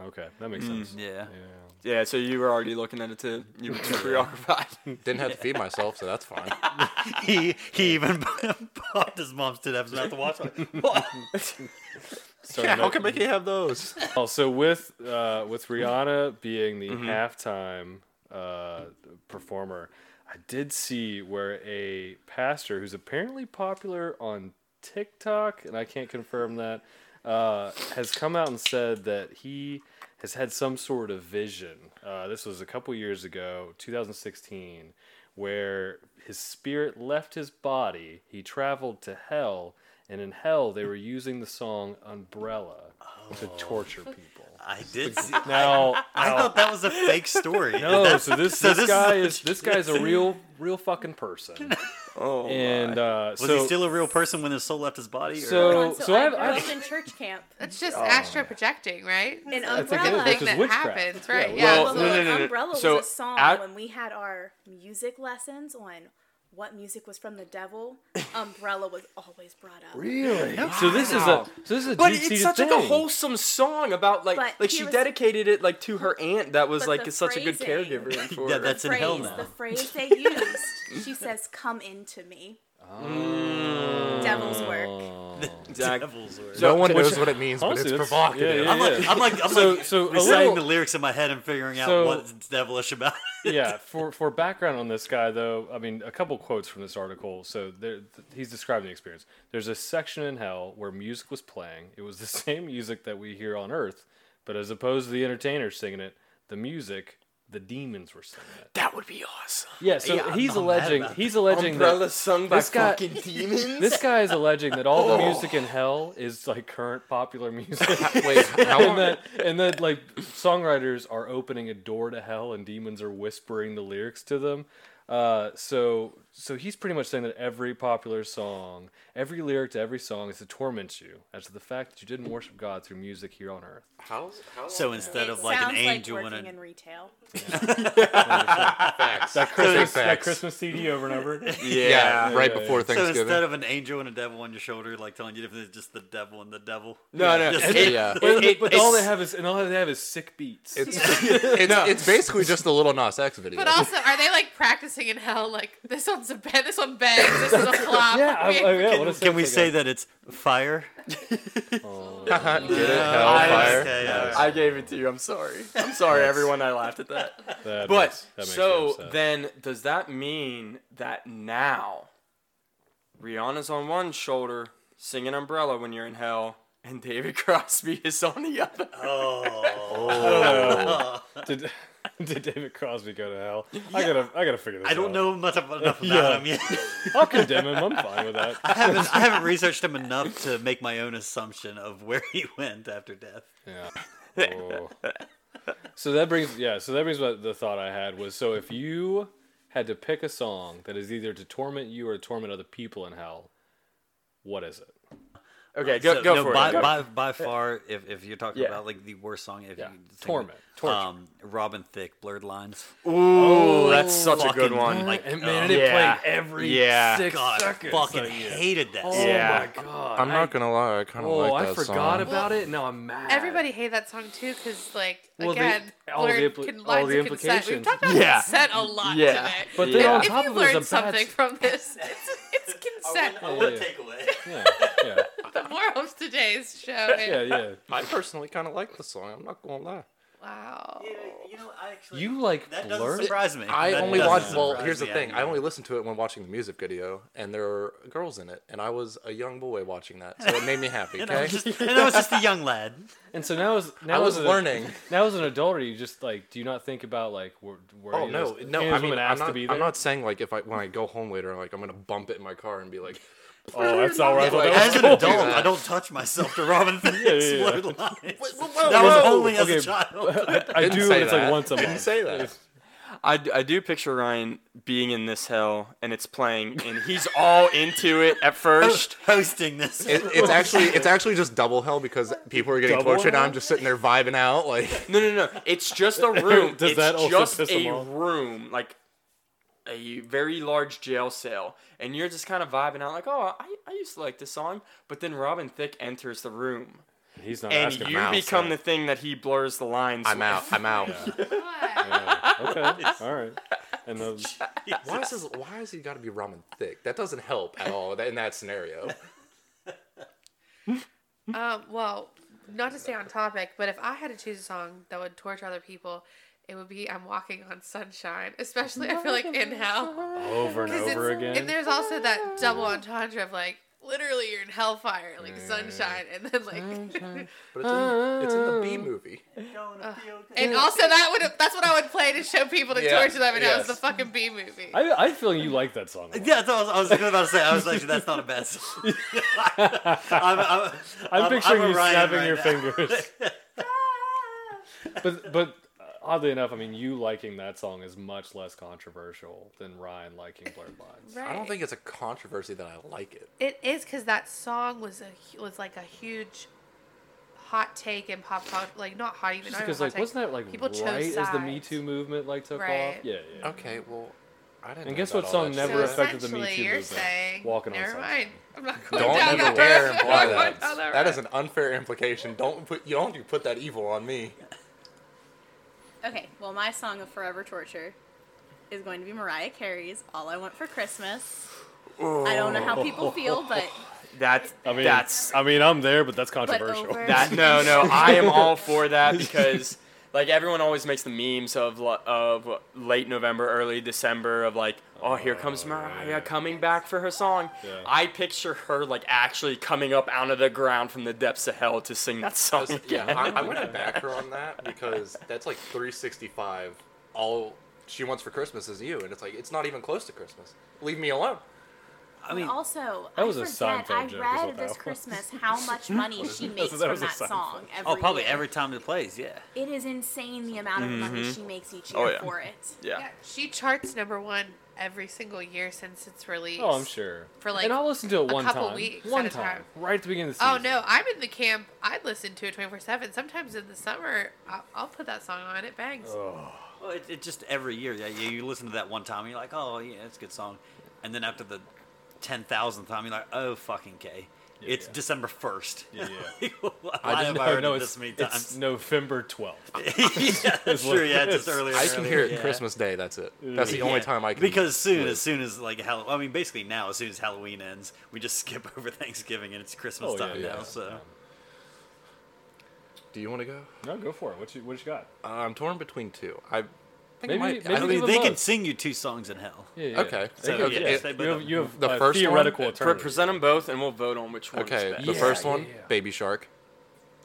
D: Okay, that makes sense.
F: Yeah.
A: Yeah. So you were already looking at it too. You were too preoccupied.
B: Didn't have to feed myself, so that's fine.
F: He he even popped his mom's tit out of the watch. Like, what?
D: Starting to-
B: Mickey have those?
D: Also, Oh, with uh, with Rihanna being the
B: Mm-hmm.
D: halftime uh, performer, I did see where a pastor who's apparently popular on TikTok, and I can't confirm that, uh, has come out and said that he has had some sort of vision. Uh, this was a couple years ago, 2016, where his spirit left his body. He traveled to hell. And in hell, they were using the song "Umbrella" to torture people.
F: Oh. I did. See,
D: Now,
F: I
D: now-
F: thought that was a fake story.
D: no, so this
F: so
D: this,
F: this
D: guy
F: is-
D: is, this guy's a real real fucking person.
A: Oh.
D: And uh,
F: Was
D: so
F: he still a real person when his soul left his body? Or?
D: So-
C: Once
D: so
C: I
D: I've-
C: grew
D: I've-
C: up in church camp.
E: It's just astral projecting, right?
C: An
D: that's like it
C: umbrella.
D: Oh. is, which
E: Thing
D: is
E: that
D: witchcraft.
E: happens, right,
D: Yeah,
C: Well,
E: yeah.
A: Well, no, no, no, no.
C: Umbrella was
A: So,
C: a song
A: at-
C: when we had our music lessons on what music was from the devil. Umbrella was always brought up.
D: really, so this is a
A: Wow.
D: so this is a
A: But
D: deep-seated
A: it's such
D: thing.
A: like a wholesome song about like
C: But
A: like
C: he
A: she
C: was-
A: dedicated it like to her aunt that was
C: But
A: like
C: the
A: such a good
C: phrasing-
A: caregiver for
F: yeah,
A: her.
F: that's in
C: phrase,
F: hell now.
C: the phrase they used. she says, "Come into me." Devil's work.
A: exactly.
F: Devil's word.
B: No
A: So-
B: one
A: which-
B: knows what it means, but
D: Honestly,
B: it's
D: that's-
B: provocative.
D: yeah,
F: I'm like, I'm like, I'm
D: So-
F: like
D: so a
F: reciting the
D: little-
F: lyrics in my head and figuring out
D: So-
F: what's devilish about it.
D: yeah, for for background on this guy though, I mean, a couple quotes from this article. So there, th- he's describing the experience. There's a section in hell where music was playing. It was the same music that we hear on Earth, but as opposed to the entertainers singing it, the music, the demons were singing it.
A: That would be awesome.
D: Yeah, so
F: Yeah, I'm
D: he's
F: not mad
D: alleging
F: about
D: he's alleging
A: Umbrella
D: that
A: sung by
D: this guy-
A: fucking demons.
D: this guy is alleging that all
F: Oh.
D: the music in hell is like current popular music,
B: Wait, how
D: and that and that like songwriters are opening a door to hell, and demons are whispering the lyrics to them. Uh, so so he's pretty much saying that every popular song, every lyric to every song is to torment you as to the fact that you didn't worship God through music here on earth.
B: how how
F: So instead
C: It
F: of like an
C: sounds
F: angel
C: like working
F: and
C: in retail.
B: facts? That
D: Christmas, that Christmas CD over and over.
B: Yeah, right before
F: so
B: Thanksgiving.
F: instead of an angel and a devil on your shoulder, like telling you different, it's just the devil and the devil.
A: no, no.
F: Just-
A: it-
B: yeah,
D: But,
A: it-
D: but
A: it's-
D: all they have is and all they have is sick beats.
B: it's, it's, it's basically just a little Nas X video.
E: But also, are they like practicing in hell? Like this one's a bed, this one bends, this is a flop.
D: yeah, I, I, yeah, what
F: Can,
D: is
F: can we
D: that?
F: say that it's fire?
B: Get it?
A: I-
B: Hellfire.
F: Okay, yeah.
A: I gave it to you. I'm sorry. I'm sorry, everyone. I laughed at that.
D: That
A: But
D: makes- that makes me
A: so
D: upset.
A: then, does that mean that now Rihanna's on one shoulder singing "Umbrella" when you're in hell, and
F: Uh, Oh.
D: Oh.
A: David Crosby is on the other?
D: Did- Did David Crosby go to hell? I gotta, I gotta figure this.
F: I don't
D: out.
F: know much ab- enough about
D: Yeah.
F: him yet.
D: I'll condemn him. I'm fine with
F: I
D: that.
F: haven't, I haven't researched him enough to make my own assumption of where he went after death.
D: Yeah. Oh. So that brings, yeah. So that brings what the thought I had was: so if you had to pick a song that is either to torment you or to torment other people in hell, what is it?
A: Okay, go,
F: So,
A: go
F: no,
A: for
F: by,
A: it. Go.
F: By, by far, if, if you're talking
A: Yeah.
F: about like the worst song, if
D: Yeah.
F: you think-
D: Torment. Torture.
F: um, Robin Thicke, Blurred Lines.
A: Ooh, that's such a good
F: Oh, fucking
A: one.
F: like,
D: and
F: oh,
D: man, it
A: yeah.
D: played every
A: Yeah.
D: six
F: God, I
D: seconds.
F: fucking
D: like,
F: hated that.
D: Oh
F: song.
A: Yeah.
D: my god!
B: I'm
D: I-
B: not gonna lie, I kind of
D: Oh, I
B: like that
D: forgot
B: song.
D: about it. Now I'm mad.
E: Everybody hated that song too, because like
D: Well, the-
E: again,
D: all the
E: blurred
D: impli-
E: con-
D: all
E: lines
D: the
E: of consent. We've
D: implications.
E: talked about
A: Yeah.
E: consent a lot
A: Yeah.
E: today.
D: But
A: Yeah.
D: then on
E: If
D: top of
E: you
D: it
E: learned
D: was a bad.
E: something from this, it's, it's consent.
F: I
A: Oh,
D: yeah.
F: wouldn't take away.
D: yeah, yeah,
E: the moral of today's show. Is,
D: yeah, yeah.
B: I personally kind of like the song. I'm not gonna lie.
E: Wow.
F: You know- you know, I actually-
D: You like
F: that doesn't
D: blurred?
F: surprise me.
B: I
F: That
B: only
F: doesn't
B: watched. Well,
F: surprise
B: here's the
F: me
B: thing. I
F: anymore.
B: only listened to it when watching the music video, and there are girls in it, and I was a young boy watching that, so it made me happy.
F: And I
B: Okay,
F: was just, and I was just a young lad.
D: And so now, as now
B: I was
D: as an-
B: learning.
D: now as an adult, are you just like, do you not think about like, where, where
B: Oh
D: you
B: no,
D: just-
B: no!
D: you
B: I
D: just
B: mean,
D: been
B: I'm
D: asked
B: not,
D: to be
B: I'm
D: there?
B: not saying like if I when I go home later, like I'm gonna bump it in my car and be like,
D: Oh, that's all right.
B: Like,
D: Well, that
F: As
D: was
F: an
D: cool.
F: adult, I don't touch myself to Robin Thicke's
D: yeah, yeah.
F: Blurred Lines. that was
D: whoa.
F: only as
D: Okay.
F: a child.
D: I
B: Didn't
D: do.
B: say
D: It's
B: that.
D: like once a month.
B: Didn't say that.
A: I, d- I do picture Ryan being in this hell and it's playing and he's all into it at first.
F: hosting this.
B: It, it's actually it's actually just double hell because people are getting
D: Double
B: tortured. and
D: hell?
B: I'm just sitting there vibing out like.
A: No, no, no. It's just a room.
D: Does
A: it's
D: that also
A: just
D: piss
A: a
D: him off?
A: room, like a very large jail cell, and you're just kind of vibing out, like, oh, I, I used to like this song. But then Robin Thicke enters the room,
D: He's not
A: and
D: asking
A: you
D: about
A: become the thing that he blurs the lines.
B: I'm
A: with.
B: out. I'm out.
E: What?
D: that. Okay. All right. And the,
B: Why is this, why has he got to be ramen thick? That doesn't help at all in that scenario.
E: um, well, not to stay on topic, but if I had to choose a song that would torture other people, it would be "I'm Walking on Sunshine," especially I feel like in hell.
D: over and
E: 'Cause it's-
D: over again.
E: And there's also that double entendre of like literally you're in hellfire, like sunshine, and then like,
B: But it's in, it's in the B movie.
E: and also that would that's what I would play to show people to
B: Yeah,
E: torture them, and that
B: yes.
E: was the fucking B movie.
D: I, I feel you like that song. a lot.
F: Yeah, that's what I was, I was about to say. I was like, that's not a bad song. I'm, I'm,
D: I'm,
F: I'm-
D: picturing
F: I'm
D: you
F: Orion
D: snapping
F: right
D: your
F: now.
D: fingers. but but uh, oddly enough, I mean, you liking that song is much less controversial than Ryan liking Blurred Lines.
E: right.
B: I don't think it's a controversy that I like it.
E: It is because that song was a hu- was like a huge hot take in pop culture, like not hot even. not even
D: Because
E: hot
D: like,
E: take.
D: wasn't that like
E: People chose
D: right as the Me
E: sides.
D: Too movement like took off?
E: Right.
D: Yeah, yeah.
B: Okay, well, I didn't.
D: And
B: know
D: guess
B: about
D: what
B: all
D: song
B: that
D: never
E: so
B: shit.
D: affected the Me
E: essentially
D: Too
E: you're
D: movement?
E: saying,
D: Walking on
E: never
D: Sunshine.
E: mind. I'm not going
B: Don't
E: down
B: ever
E: that
B: dare
E: road.
B: imply
E: I'm
B: that.
E: not going down
B: That
E: road.
B: is an unfair implication. Don't put you don't put that evil on me.
C: Okay, well, my song of forever torture is going to be Mariah Carey's "All I Want for Christmas." I don't know how people feel, but
A: That's
D: I mean,
A: that's
D: I mean, I'm there, but that's
C: but
D: controversial.
C: over
A: that. No, no. I am all for that because. Like everyone always makes the memes of li- of late November, early December of like, oh here comes
D: Oh,
A: Mariah
D: yeah.
A: coming back for her song.
D: Yeah.
A: I picture her like actually coming up out of the ground from the depths of hell to sing that song.
B: Yeah, I, I'm gonna back her on that because that's like 365. All she wants for Christmas is you, and it's like it's not even close to Christmas. Leave me alone.
F: I
C: And
F: mean,
C: also,
D: That was
C: I
D: a
C: forget,
D: Seinfeld joke,
C: I
D: is
C: read
D: what that
C: this
D: was.
C: Christmas how much money she makes
D: that
C: from
D: was a
C: that
D: Seinfeld.
C: song. Every
F: oh, probably
C: year.
F: every time it plays, yeah.
C: It is insane the amount
D: Mm-hmm.
C: of money she makes each year
A: Oh, yeah.
C: for it.
A: yeah.
E: Yeah, she charts number one every single year since its release.
D: oh, I'm sure.
E: For, like,
D: and I'll listen to it
E: a
D: one
E: couple
D: time,
E: weeks at
D: one
E: a
D: time,
E: time.
D: right at the beginning of the
E: Oh
D: season.
E: no, I'm in the camp. I listen to it 24 seven. Sometimes in the summer, I'll, I'll put that song on. It bangs.
D: Oh.
F: Well, it, it just every year, yeah. You, you listen to that one time, you're like, oh yeah, it's a good song, and then after the ten thousandth time, you're like, oh fucking k, it's
D: yeah.
F: December first.
D: Yeah, yeah.
F: Why
D: I
F: have
D: didn't
F: I heard
D: know
F: it
D: it's,
F: this many
D: it's
F: times?
D: November 12th.
F: yeah, that's true. Yeah, it's
D: It's-
F: just earlier.
B: I can
F: earlier,
B: hear it
F: yeah.
B: Christmas Day. That's it. That's the
F: Yeah.
B: only time I can.
F: Because soon, as soon as like Halloween, I mean, basically now, as soon as Halloween ends, we just skip over Thanksgiving and it's Christmas
D: Oh, yeah,
F: time
D: yeah.
F: now. So
B: do you want to go?
D: No, go for it. What you, what you got?
B: Uh, I'm torn between two. I think
D: Maybe-
B: it might,
D: maybe
B: I
F: I
D: we give
B: think
F: mean,
D: them
F: they can
D: both.
F: sing you two songs in hell.
D: Yeah, yeah.
B: Okay.
D: So, yeah,
B: So, yeah,
D: you
B: they-
D: have, you have
B: the
D: uh,
B: first one?
D: theoretical
A: Pre-
B: Pre-
D: alternative.
A: present them both, and we'll vote on which one.
B: okay.
A: best.
B: The
D: Yeah,
B: first
D: yeah,
B: one,
D: yeah.
B: Baby Shark.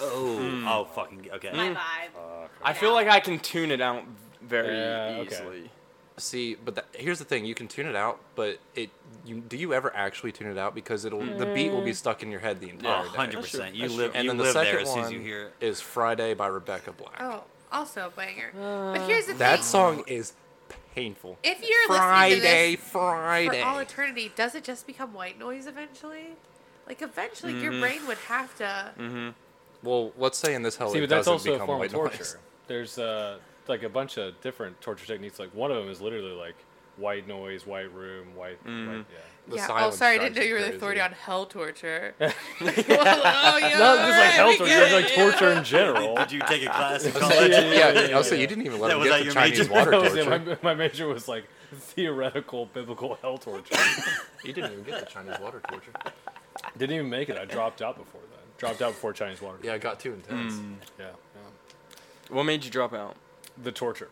F: Oh, oh, fucking okay.
C: My vibe.
D: Uh,
A: I feel like I can tune it out very
D: Yeah, okay.
A: easily.
B: See, but that, here's the thing: you can tune it out, but it you do you ever actually tune it out because it'll the beat will
E: Mm.
B: be stuck in your head the entire day.
F: hundred
A: That's
F: percent.
A: true.
F: You
A: That's
F: live,
A: true.
B: And
F: you
B: then the
F: live there
B: second
F: as soon as
B: one
F: you hear it.
B: is Friday by Rebecca Black.
E: Oh, also a banger. but here's the
B: That
E: thing.
B: song is painful.
E: If you're
B: Friday,
E: listening to this
B: Friday.
E: for all eternity, does it just become white noise eventually? Like eventually,
D: Mm-hmm.
E: your brain would have to.
B: well, let's say in this hell
D: See,
B: it
D: but that's
B: doesn't
D: also a
B: become
D: form
B: white
D: of torture.
B: noise.
D: There's uh, like a bunch of different torture techniques. Like one of them is literally like white noise, white room, white.
B: Mm.
D: white yeah.
B: The
E: yeah. Oh,
B: silence
E: sorry, I didn't
B: drives
E: know you were the
B: crazy.
E: authority on hell torture. Well, oh
D: Not just like
E: yeah. all
D: hell
E: right, we
D: torture,
E: get
D: it's like
E: it.
D: torture in general.
F: Did you take a class in college?
B: Yeah, yeah, also you didn't even let
F: That
B: him
F: was
B: get
F: at
B: the
F: your
B: Chinese
F: major?
B: water
D: That was it.
B: torture.
D: My, my major was like theoretical biblical hell torture.
B: You didn't even get the Chinese water torture.
D: Didn't even make it. I dropped out before then. Dropped out before Chinese water.
B: Yeah, it got too intense.
D: yeah, yeah.
A: What made you drop out?
D: The torture.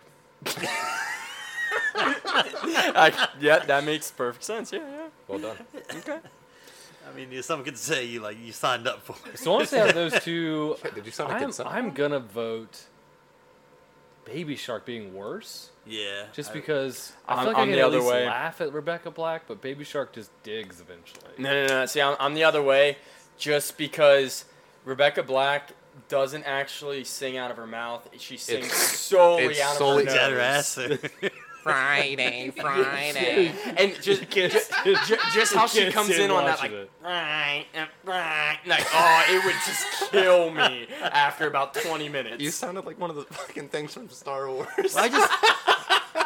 A: I, yeah, that makes perfect sense. Yeah, yeah.
B: Well done.
A: Okay.
F: I mean, some could say you like you signed up for it.
D: So honestly, out of those two,
B: Did you sound like
D: I'm,
B: consent?
D: I'm gonna vote Baby Shark being worse,
F: Yeah.
D: just
F: I-
D: because I,
A: I'm-
D: feel like i
A: I'm
D: can
A: the
D: at
A: other
D: least
A: way.
D: laugh at Rebecca Black, but Baby Shark just digs eventually.
A: No, no, no. See, I'm, I'm the other way, just because Rebecca Black doesn't actually sing out of her mouth. She sings solely
B: it's
A: out
B: solely-
A: of
F: Is
A: her
F: that
A: nose.
F: her ass? there?
B: Friday, Friday.
A: And just, just, just how she
D: Can't
A: comes
D: stand
A: in on that, like,
D: watching it.
A: right, uh, right, like, oh, it would just kill me after about 20 minutes.
B: You sounded like one of the fucking things from Star Wars.
F: I just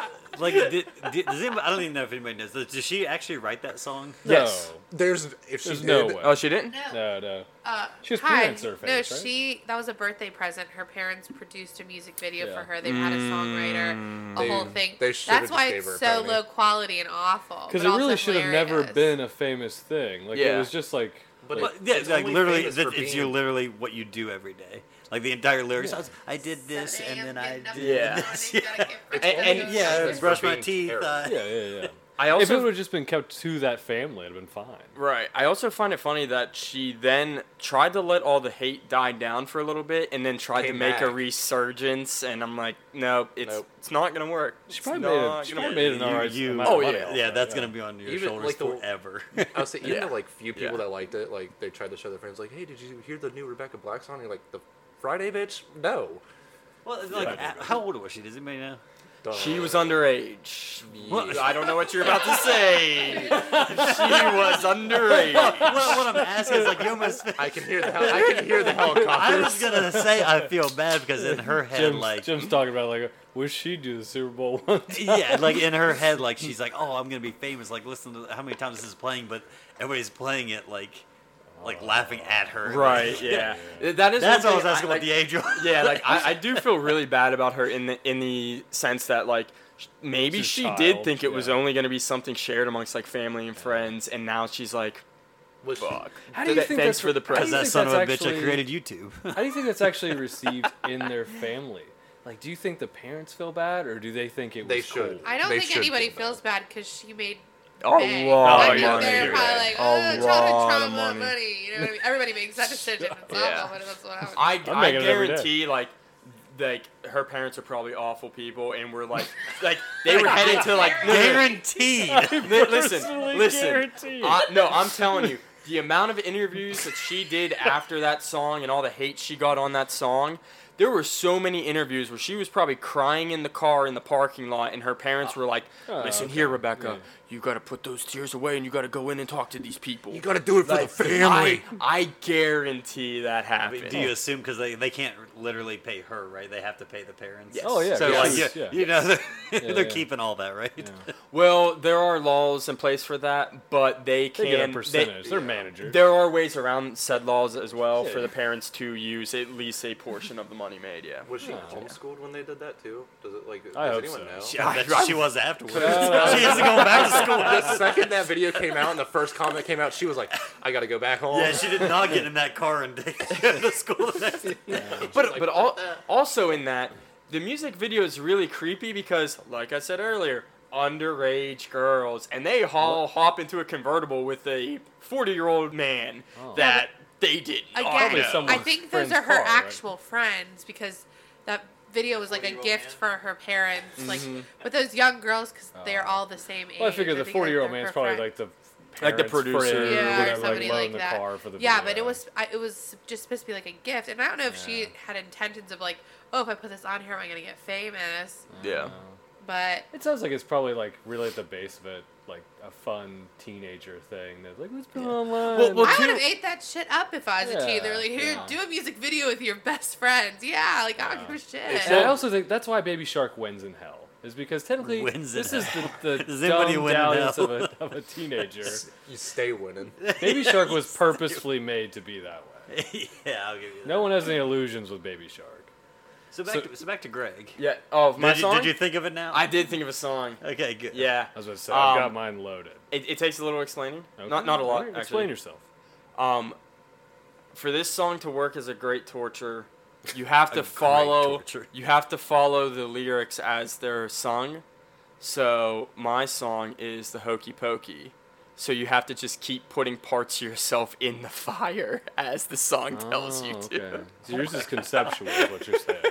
F: like did, did, does anybody, I don't even know if anybody knows. Does she actually write that song?
D: Yes.
B: There's if she
D: There's
B: did,
D: no way.
A: oh, she didn't?
D: No,
E: No.
D: no.
E: Uh,
D: She was
E: hi.
D: peanuts in her face,
E: no,
D: right?
E: she that was a birthday present. Her parents produced a music video
D: Yeah.
E: for her. They had a songwriter, a
B: Mm, They-
E: whole thing.
B: they should've
E: That's why
B: just gave her
E: it's
B: a
E: so
B: Tony.
E: low quality and awful.
D: Because
E: but
D: it
E: also
D: really should have never
E: hilarious.
D: been a famous thing. Like it
A: Yeah.
D: was just like.
B: But
D: like-
F: But, yeah,
B: It's
F: like
B: only
F: literally,
B: famous
F: it's,
B: for
F: it's you
B: being-
F: literally what you do every day. Like the entire lyrics.
D: Yeah.
F: I, was, I did this
E: Seven
F: and then
E: a.m.,
F: I
E: getting up in
F: did.
E: the
A: Yeah.
E: morning, gotta get
B: It's
E: breakfast.
A: And- and-
B: yeah,
F: Yeah,
B: It's
F: brush
B: for
F: my
B: being
F: teeth.
B: terrible.
F: Uh,
D: yeah, yeah, yeah.
A: I
D: if it
A: also
D: would have just been kept to that family, it'd have been fine.
A: Right. I also find it funny that she then tried to let all the hate die down for a little bit and then tried
B: Came
A: to make a
B: back.
A: resurgence and I'm like, nope, it's
B: Nope.
A: it's not gonna work.
D: She
A: It's
D: probably made
A: not
D: it. She
A: gonna
D: probably
A: work.
D: made an alright
F: you-
D: amount of
A: oh,
D: money
A: yeah,
D: off
F: Yeah,
D: that,
F: that's gonna be on your
B: Even,
F: shoulders
B: like, the-
F: forever.
B: I was saying, even
A: Yeah.
B: the like few people
A: Yeah.
B: that liked it, like they tried to show their friends, like, "Hey, did you hear the new Rebecca Black song?" You're like, "The Friday bitch, no."
F: well, it's like,
D: Yeah.
F: uh, how old was she? Does anybody know?
B: Duh.
A: She was underage.
F: What?
A: I don't know what you're about to say. she was underage.
F: Well, what I'm asking is like, you almost.
B: I can hear the. Hel- I can hear the
F: I
B: helicopter.
F: was gonna say I feel bad because in her head,
D: Jim's,
F: like,
D: Jim's talking about like, wish she'd do the Super Bowl one.
F: yeah, like in her head, like she's like, oh, I'm gonna be famous. Like, listen to how many times this is playing, but everybody's playing it like, like laughing at her.
A: Right, yeah. That is
F: That's what
A: one
F: I was
A: thing
F: asking
A: like-
F: about the age. was.
A: Yeah, like I, I do feel really bad about her in the in the sense that like sh- maybe
D: She's a
A: she
D: child,
A: did think it was
D: yeah.
A: only going to be something shared amongst like family and friends, and now she's like,
B: Was she-
A: "Fuck."
D: How do you
A: Th-
D: think
A: thanks
D: that's
A: for the
D: what- how
A: present.
D: do you
F: that
D: think
F: son of a
D: that's
F: bitch that
D: actually-
F: created YouTube.
D: How do you think that's actually received in their family? Like, do you think the parents feel bad, or do they think it
B: They
D: was
B: should.
D: cool?
E: I don't
B: They
E: think
B: should
E: anybody
B: feel
E: feels bad because she made.
A: A
E: bank.
A: lot
E: I
A: of
E: mean,
A: money.
E: they're probably like,
A: A
E: oh,
A: lot
E: childhood
A: of
E: trauma, money.
A: money.
E: You know what I mean? Everybody makes that decision. It's
A: Yeah.
E: awful, but that's what happens.
A: I,
D: I'm
A: I
D: making it every day.
A: guarantee like like her parents are probably awful people, and we're like like they were headed to like no, no, no.
F: Guaranteed.
A: Li- listen,
D: Personally
A: listen.
D: guaranteed.
A: I, Uh, no, I'm telling you, the amount of interviews that she did after that song and all the hate she got on that song, there were so many interviews where she was probably crying in the car in the parking lot, and her parents were like,
D: Ah,
A: "Listen here, Rebecca, you gotta put those tears away, and you gotta go in and talk to these people."
B: You gotta do it for
A: Like,
B: the family.
A: I, I guarantee that happened.
F: Do you assume because they, they can't literally pay her, right? They have to pay the parents.
A: Yes.
D: Oh yeah.
F: So
A: Yeah.
F: like,
D: yes,
F: you,
D: yeah.
F: you know, they're, they're
D: yeah.
F: keeping all that, right?
A: Well, there are laws in place for that, but they
D: They
A: can
D: get a
A: they-
D: percentage. They, are managers.
A: There are ways around said laws as well
D: Yeah.
A: for the parents to use at least a portion of the money made. Yeah.
B: Was she homeschooled when they did that too? Does it like?
D: I
B: does
D: hope
B: anyone
D: so.
B: know?
F: She, I bet
A: I-
F: she was afterwards. she has to go back to school.
B: The second that video came out and the first comment came out, she was like, "I gotta go back home."
F: Yeah, she did not get in that car and take to school the next day.
A: But but al- also in that the music video is really creepy because, like I said earlier, underage girls and they all hop into a convertible with a forty-year-old man
D: Oh.
A: that they did. not
E: Again,
A: know.
E: I
D: someone's
E: think those
D: friend's
E: are her
D: car, right?
E: actual friends because that video was like a gift for her parents, like with those young girls because they're all the same age.
D: Mm-hmm. Oh. Well, I figure the
E: think, like,
D: forty-year-old
E: they're
D: man's
E: her
D: probably
E: friend.
D: like the
A: Like the
D: parents'
A: producer
D: friend
A: or
E: yeah,
D: whatever,
E: or somebody
D: loaned
E: like,
D: the
E: that.
D: car for the
E: yeah,
D: video.
E: but it was I, it was just supposed to be like a gift, and I don't know if she
D: Yeah.
E: had intentions of like, oh, if I put this on here, am I gonna get famous?
A: Yeah.
D: Mm.
E: But
D: It sounds like it's probably like really at the base of it, like a fun teenager thing. That's like, let's put it online.
B: Well- well-
E: I would
B: two-
E: have ate that shit up if I was a teen. They're
D: Yeah,
E: like, here,
D: yeah.
E: do a music video with your best friends. Yeah, like I don't give a shit.
D: and I also think that's why Baby Shark wins in hell. Is because technically
F: Wins in
D: this is the,
F: hell. Does
D: the
F: anybody
D: dumb
F: win in
D: dalliance of
F: hell?
D: a, of a teenager.
B: You stay winning.
D: Baby Shark was purposefully made to be that way.
F: yeah, I'll give you that.
D: No one has any illusions with Baby Shark.
F: So back
D: So-
F: to so back to Greg.
A: Yeah. Oh, my
F: did, you,
A: song.
F: did you think of it now?
A: I did think of a song.
F: Okay, good.
A: Yeah.
D: I was going to say, I've got
A: Um,
D: mine loaded.
A: It, it takes a little explaining.
D: Okay,
A: Not not a lot.
D: alright,
A: actually.
D: Explain yourself.
A: Um, for this song to work as a great torture, you have to
F: great
A: follow.
F: torture.
A: You have to follow the lyrics as they're sung. So my song is the Hokey Pokey. So you have to just keep putting parts of yourself in the fire as the song tells you
D: Oh,
A: to.
D: okay. So yours is conceptual, is what you're saying.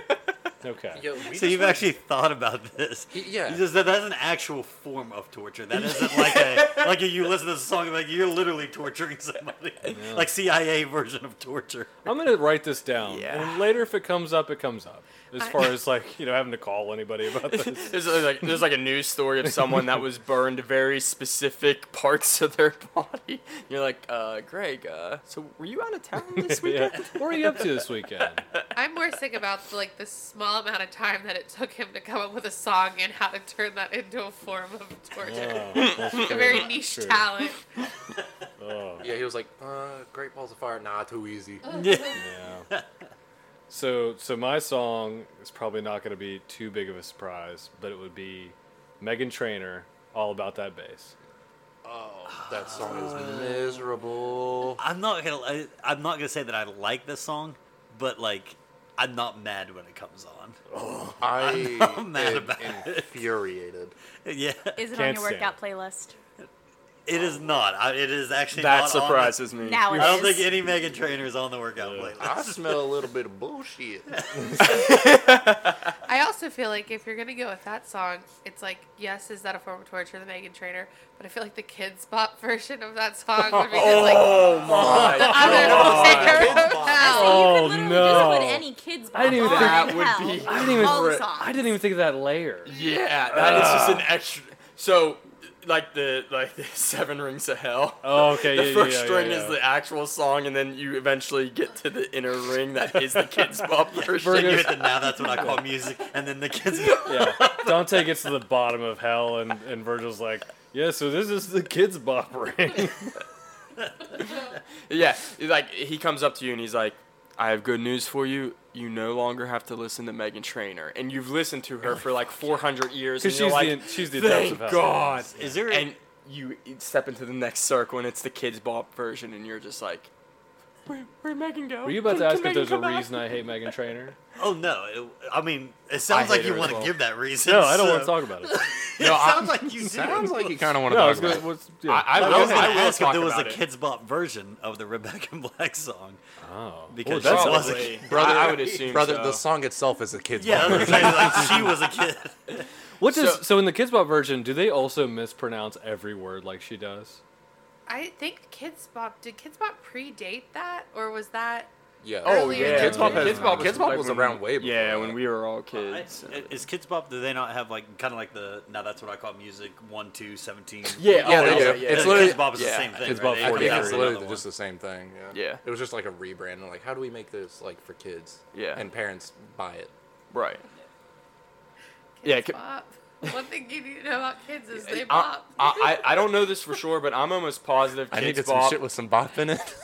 D: Okay.
F: So you've actually thought about this?
B: Y- yeah.
F: You just- that- that's an actual form of torture. That isn't like a like a, you listen to the song like you're literally torturing somebody, like CIA version of torture.
D: I'm gonna write this down,
A: Yeah.
D: and later if it comes up, it comes up. As
E: I-
D: far as like you know, having to call anybody about this.
A: There's like there's like a news story of someone that was burned very specific parts of their body. You're like, uh, Greg, uh, so were you out of town this
D: yeah.
A: weekend?
D: What are you up to this weekend?
E: I'm more sick about the, like the small amount of time that it took him to come up with a song and how to turn that into a form of torture.
D: Oh, that's true.
E: a very niche
D: True.
E: talent.
D: Oh,
B: Yeah, he was like, uh, Great Balls of Fire, nah, too easy.
D: yeah. So, so my song is probably not gonna be too big of a surprise, but it would be Megan Trainor, all about that bass.
B: That song is miserable.
F: I'm not gonna I, I'm not gonna say that I like this song, but like I'm not mad when it comes on.
B: I
F: I'm mad
B: am
F: about it.
B: infuriated.
F: Yeah,
C: Is it
D: Can't Mm-hmm.
C: on your workout playlist?
F: it is not. I, it is actually
A: That
F: not on the-
A: surprises me.
C: Now it
F: I don't
C: is.
F: think any Megan Trainor is on the workout playlist.
B: I smell a little bit of bullshit.
E: I also feel like if you're gonna go with that song, it's like yes, is that a form of torture, the Megan Trainer? But I feel like the kids' pop version of that song would be just like
A: Oh my!
E: I'm gonna take her
F: Kids'
E: home
F: bop.
E: now.
D: Oh
C: you could literally
D: no!
C: just put any kids
D: I didn't even
C: on
D: think-
A: That
C: in
A: would
C: hell.
A: be-
D: I didn't even.
C: All the
D: re-
C: songs.
D: I didn't even think of that layer.
A: Yeah, that is just an
D: Ah.
A: extra. So, like the like the Seven Rings of Hell.
D: Oh, okay.
A: The
D: yeah, yeah,
A: first
D: yeah, yeah,
A: string is
D: yeah.
A: the actual song, and then you eventually get to the inner ring that is the kids' pop
F: Then
A: version.
F: you hit the now. That's what I call music, and then the kids. Go,
D: Yeah. Dante gets to the bottom of hell, and, and Virgil's like, yeah, so this is the kids' bop ring.
A: Yeah, like he comes up to you and he's like, "I have good news for you. You no longer have to listen to Megan Trainor, and you've listened to
D: Oh,
A: her for like 400 years, and
D: Because
A: you're
D: she's,
A: like,
D: the, she's the depths
A: thank
D: of hell.
A: God."
F: is there? a-
A: And you step into the next circle, and it's the kids' bop version, and you're just like, "Where, where'd Megan go?
D: Were you about
A: Can-
D: to
A: can
D: ask if
A: Megan
D: there's a
A: come back?"
D: reason I hate Megan Trainer?
F: oh no! It, I mean, it sounds like
A: hate
F: you
A: her as
F: want to
A: well.
F: give that reason.
D: No, I don't want to
F: so-
D: talk about it.
F: It
A: No, I-
F: sounds like you. do.
B: Sounds like you kind of want to
D: No, I was
B: talk about
D: gonna,
B: it.
D: what's,
A: I, I
F: I
A: will,
F: was going
A: I
F: to
A: will
F: ask if
A: talk
F: there was a
A: about it.
F: kids' bop version of the Rebecca and Black song
D: oh.
F: because
D: Well,
F: she
D: that's-
F: wasn't.
A: Probably.
B: Brother,
A: I, I would assume
B: Brother,
A: so.
B: the song itself is a kid's
F: Yeah, I
B: song.
F: was gonna say, like, she was a kid.
D: What does,
A: So-
D: so, in the kids' bop version, do they also mispronounce every word like she does?
E: I think kids' bop did kids' bop predate that, or was that
B: Yeah.
A: Oh
E: earlier
A: yeah,
E: Kids Bop-
B: Kids Bop was- like, when-
A: Yeah, when we were all kids.
F: Is Kids Bop? Do they not have like kind of like the now? That's what I call music. One, two, seventeen.
A: Yeah,
B: Yeah,
A: oh,
B: they
A: yeah,
B: do.
A: yeah,
B: It's
A: yeah.
B: literally-
F: Kids Bop is
A: yeah,
F: the same thing.
D: Kids
F: right?
D: Bop
F: They
B: I think
F: put out
B: it's
A: Yeah.
B: literally
F: another
B: just
F: one.
B: the same thing. Yeah.
A: Yeah.
B: It was just like a rebrand. and Like, how do we make this like for kids?
A: Yeah.
B: And parents buy it.
A: right.
E: kids'
A: Yeah, ki-
E: bop? One thing you need to know about kids is they
A: I,
E: bop.
A: I, I don't know this for sure, but I'm almost positive
B: I
A: Kids
B: needed
A: Bop.
B: some shit with some bop in it.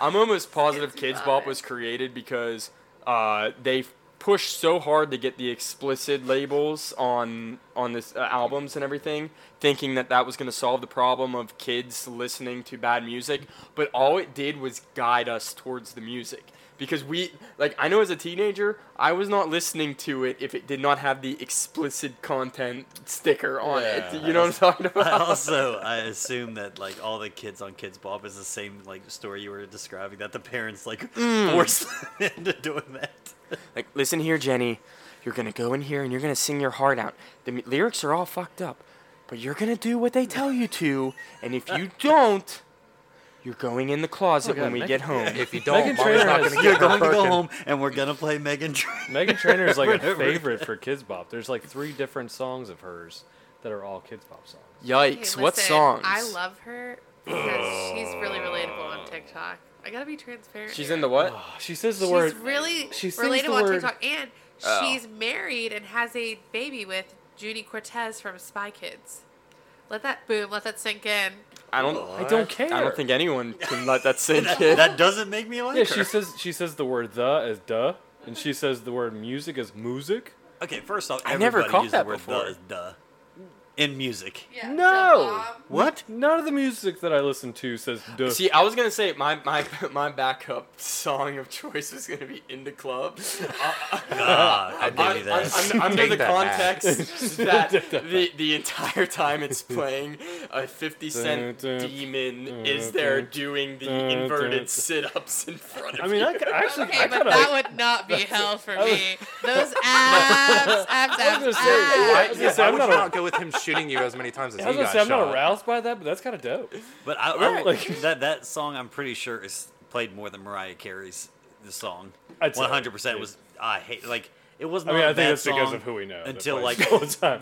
A: I'm almost positive
E: Kids
A: Kids
E: Bop.
A: Bop was created because uh, they pushed so hard to get the explicit labels on on this uh, albums and everything, thinking that that was going to solve the problem of kids listening to bad music. But all it did was guide us towards the music because we like I know as a teenager I was not listening to it if it did not have the explicit content sticker on it.
D: Yeah.
A: You know what I'm talking about?
F: I also I assume that like all the kids on Kids Bop is the same like story you were
A: Mm.
F: describing that the parents like forced them into doing that.
A: Like, listen here, Jenny. You're gonna go in here and you're gonna sing your heart out. The m- lyrics are all fucked up, but you're gonna do what they tell you to. And if you don't, you're going in the closet
D: God,
A: when we
D: Meg-
A: get home.
B: If you don't,
D: Meghan
B: mommy's
D: Trainor
B: not
D: has-
B: gonna
F: You're
B: get
F: going
B: her
F: to go
B: Birkin.
F: home and we're going to play Megan Trainor.
D: Megan Trainor is like a
F: Whatever.
D: favorite for Kids Bop. There's like three different songs of hers that are all Kids Bop songs.
E: Hey,
A: Yikes! what
E: listen,
A: songs?
E: I love her because she's really relatable on TikTok. I gotta be transparent.
A: She's
E: here.
A: in the what?
D: Oh, She says the
E: She's
D: word.
E: really
D: she sings the
E: relatable on
D: word- Oh.
E: TikTok, and she's married and has a baby with Judy Cortez from Spy Kids. Let that boom. Let that sink in.
A: I don't.
D: I don't care.
A: I don't think anyone can let that sink in.
F: that doesn't make me like
D: Yeah,
F: her.
D: she says she says the word the as duh, and she says the word music as music.
F: Okay, first off,
A: I never
F: everybody
A: caught
F: uses the
A: that
F: word
A: before.
F: duh as duh in music.
E: Yeah,
D: No!
F: What?
D: None of the music that I listen to says duh.
A: See, I was gonna say my my my backup song of choice was gonna be "In the Club."
F: God, I'll give
A: I,
F: you that.
A: am under
B: Take
A: the
B: that back.
A: context that the the entire time it's playing, a Fifty Cent
D: Dun, dun,
A: demon is there
D: dun,
A: doing the
D: dun, dun.
A: inverted sit-ups in front of
D: I mean, I
A: you.
D: could actually.
E: Okay,
D: I
E: but
D: kinda,
E: that would not be hell for me. Those abs, abs,
D: I was
E: abs,
D: gonna say, I
E: abs.
D: was gonna say,
B: I
D: I'm
B: would
D: not.
B: not go with him shooting you as many times as
D: I was
B: he
D: gonna
B: got
D: say I'm
B: shot.
D: not aroused by that, but that's kind of dope.
F: But I, I
A: Right.
F: like that that song. I'm pretty sure is played more than Mariah Carey's the song.
D: I'd say,
F: 100 percent was I hate like it was
D: I
F: not.
D: mean,
F: a
D: I think
F: bad
D: that's because
F: song
D: of who we know. that
F: until
D: plays
F: like
D: all the time.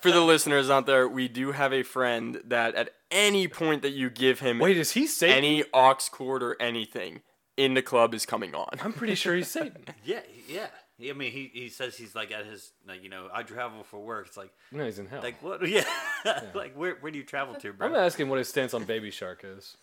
A: For the listeners out there, we do have a friend that at any point that you give him
D: Wait, is he Satan?
A: any aux cord or anything, "In the Club" is coming on.
D: I'm pretty sure he's Satan.
F: yeah yeah. I mean, he, he says he's like at his like you know I travel for work. It's like
D: No, he's in hell.
F: like what yeah, like where where do you travel to, bro?
D: I'm asking what his stance on Baby Shark is.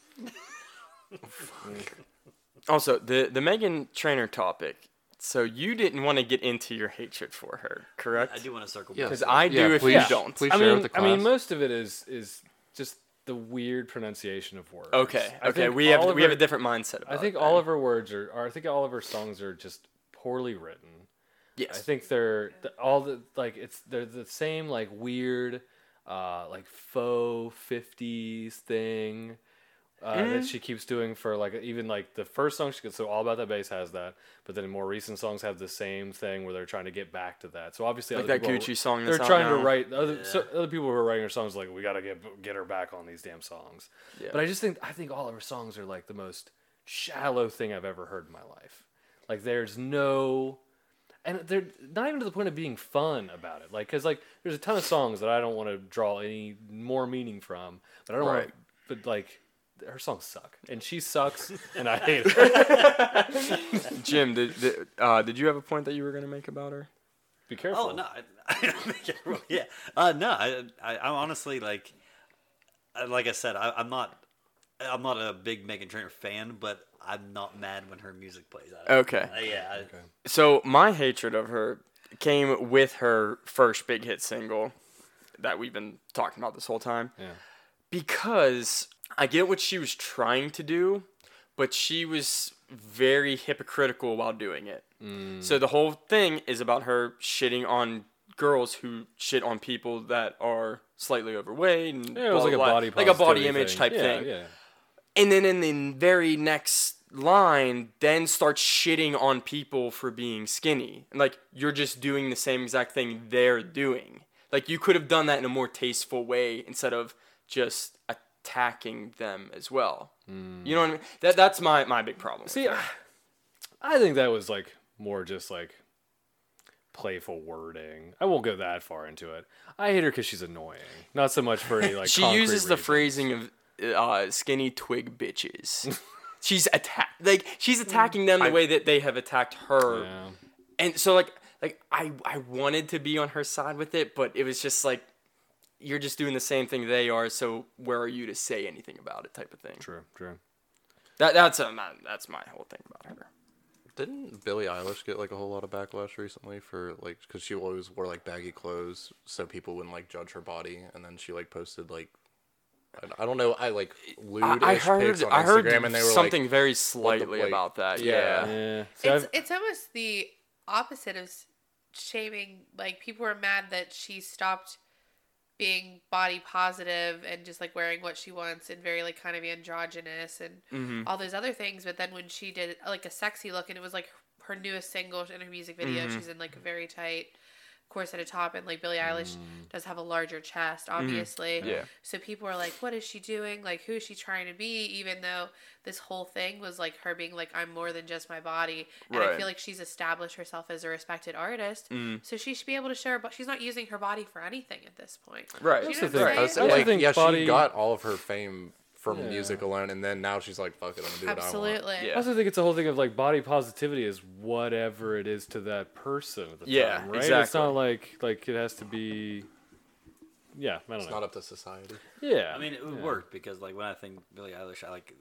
A: Also, the the Megan Trainer topic. So you didn't want to get into your hatred for her, correct?
F: I do want to circle.
B: Yeah.
F: back.
A: Because I do
B: Yeah,
A: if
B: please-
A: you don't.
B: please-
D: I
B: share
D: mean,
B: with the
D: I mean,
B: class?
D: most of it is is just the weird pronunciation of words.
A: Okay,
D: I
A: okay,
D: think
A: we have
D: all of
A: we have
D: her-
A: a different mindset. About
D: I think
A: it
D: all
A: then.
D: of her words are, are. I think all of her songs are just poorly written. I
A: yes.
D: think they're th- all the like it's they're the same like weird, uh, like faux fifties thing. Uh,
A: Mm-hmm.
D: That she keeps doing for like even like the first song she gets so all about that bass has that, but then more recent songs have the same thing where they're trying to get back to that. So obviously
A: Like
D: other
A: that
D: people are-
A: Gucci song
D: they're
A: that's out
D: trying to
A: now.
D: write other so other people who are writing her songs like we gotta get get her back on these damn songs.
A: Yeah.
D: But I just think I think all of her songs are like the most shallow thing I've ever heard in my life. Like there's no and they're not even to the point of being fun about it. Like, cause like there's a ton of songs that I don't want to draw any more meaning from, but I don't.
A: Right.
D: Want, but like, her songs suck, and she sucks, and I hate her
A: Jim, did did, uh, did you have a point that you were gonna make about her?
D: Be careful.
F: Oh no, I, I don't think it really- yeah. Uh, no, I, I, I'm honestly like, I- like I said, I, I'm not, I'm not a big Megan Trainor fan, but I'm not mad when her music plays. I,
A: Okay.
D: Oh,
F: I- Uh, yeah. I,
A: So my hatred of her came with her first big hit single that we've been talking about this whole time.
D: Yeah.
A: Because I get what she was trying to do, but she was very hypocritical while doing it.
D: Mm.
A: So the whole thing is about her shitting on girls who shit on people that are slightly overweight and
D: Yeah, it
A: blah,
D: was like a
A: blah,
D: body,
A: like a body
D: positivity
A: image
D: thing.
A: type
D: Yeah,
A: thing.
D: Yeah,
A: And then in the very next line, then starts shitting on people for being skinny. And like, you're just doing the same exact thing they're doing. Like, you could have done that in a more tasteful way instead of just attacking them as well. You know what I mean? That, that's my, my big problem.
D: See, I, I think that was like more just like playful wording. I won't go that far into it. I hate her because she's annoying. Not so much for any like.
A: she
D: concrete
A: uses the
D: reason.
A: phrasing of uh, skinny twig bitches. she's attack like she's attacking them the way that they have attacked her.
D: Yeah.
A: and so like like I I wanted to be on her side with it, but it was just like you're just doing the same thing they are. So where are you to say anything about it? Type of thing.
D: True. True.
A: That that's um, uh, that's my whole thing about her.
B: Didn't Billie Eilish get like a whole lot of backlash recently for like because she always wore like baggy clothes so people wouldn't like judge her body, and then she like posted like I- I don't know I like lewd
A: I, I heard
B: pics on
A: I heard
B: Instagram and they were
A: something
B: like
A: very slightly
B: like-
A: about that.
B: Yeah.
A: Yeah.
D: Yeah. See,
E: It's
D: I've-
E: it's almost the opposite of s- shaming. Like people were mad that she stopped being body positive and just like wearing what she wants and very like
A: Mm-hmm.
E: kind of androgynous and all those other things. But then when she did like a sexy look and it was like her newest single and her music video.
A: Mm-hmm.
E: She's in like a very tight corset at a top, and like Billie Eilish does have a larger chest, obviously.
A: Mm. Mm-hmm. Yeah.
E: So people are like, "What is she doing? Like, who is she trying to be?" Even though this whole thing was like her being like, "I'm more than just my body," and I
A: Right. Mm-hmm.
E: feel like she's established herself as a respected artist, so she should be able to show her. But she's not using her body for anything at this point.
A: Right.
E: You
A: That's
E: know
A: the
E: what
A: thing.
E: I'm
B: That's
E: saying?
D: I
B: like,
D: think
B: yeah,
D: body-
B: she got all of her fame from music alone, and then now she's like, "Fuck it, I'm gonna do what I want."
E: Absolutely.
A: Yeah.
D: I also think it's the whole thing of like body positivity is whatever it is to that person at the
A: Yeah,
D: time, right? It's
A: exactly.
D: not like like it has to be. Yeah, I don't
B: It's
D: know.
B: not up to society.
D: yeah,
F: I mean, it would
D: yeah.
F: work because like when I think Billie Eilish, I like.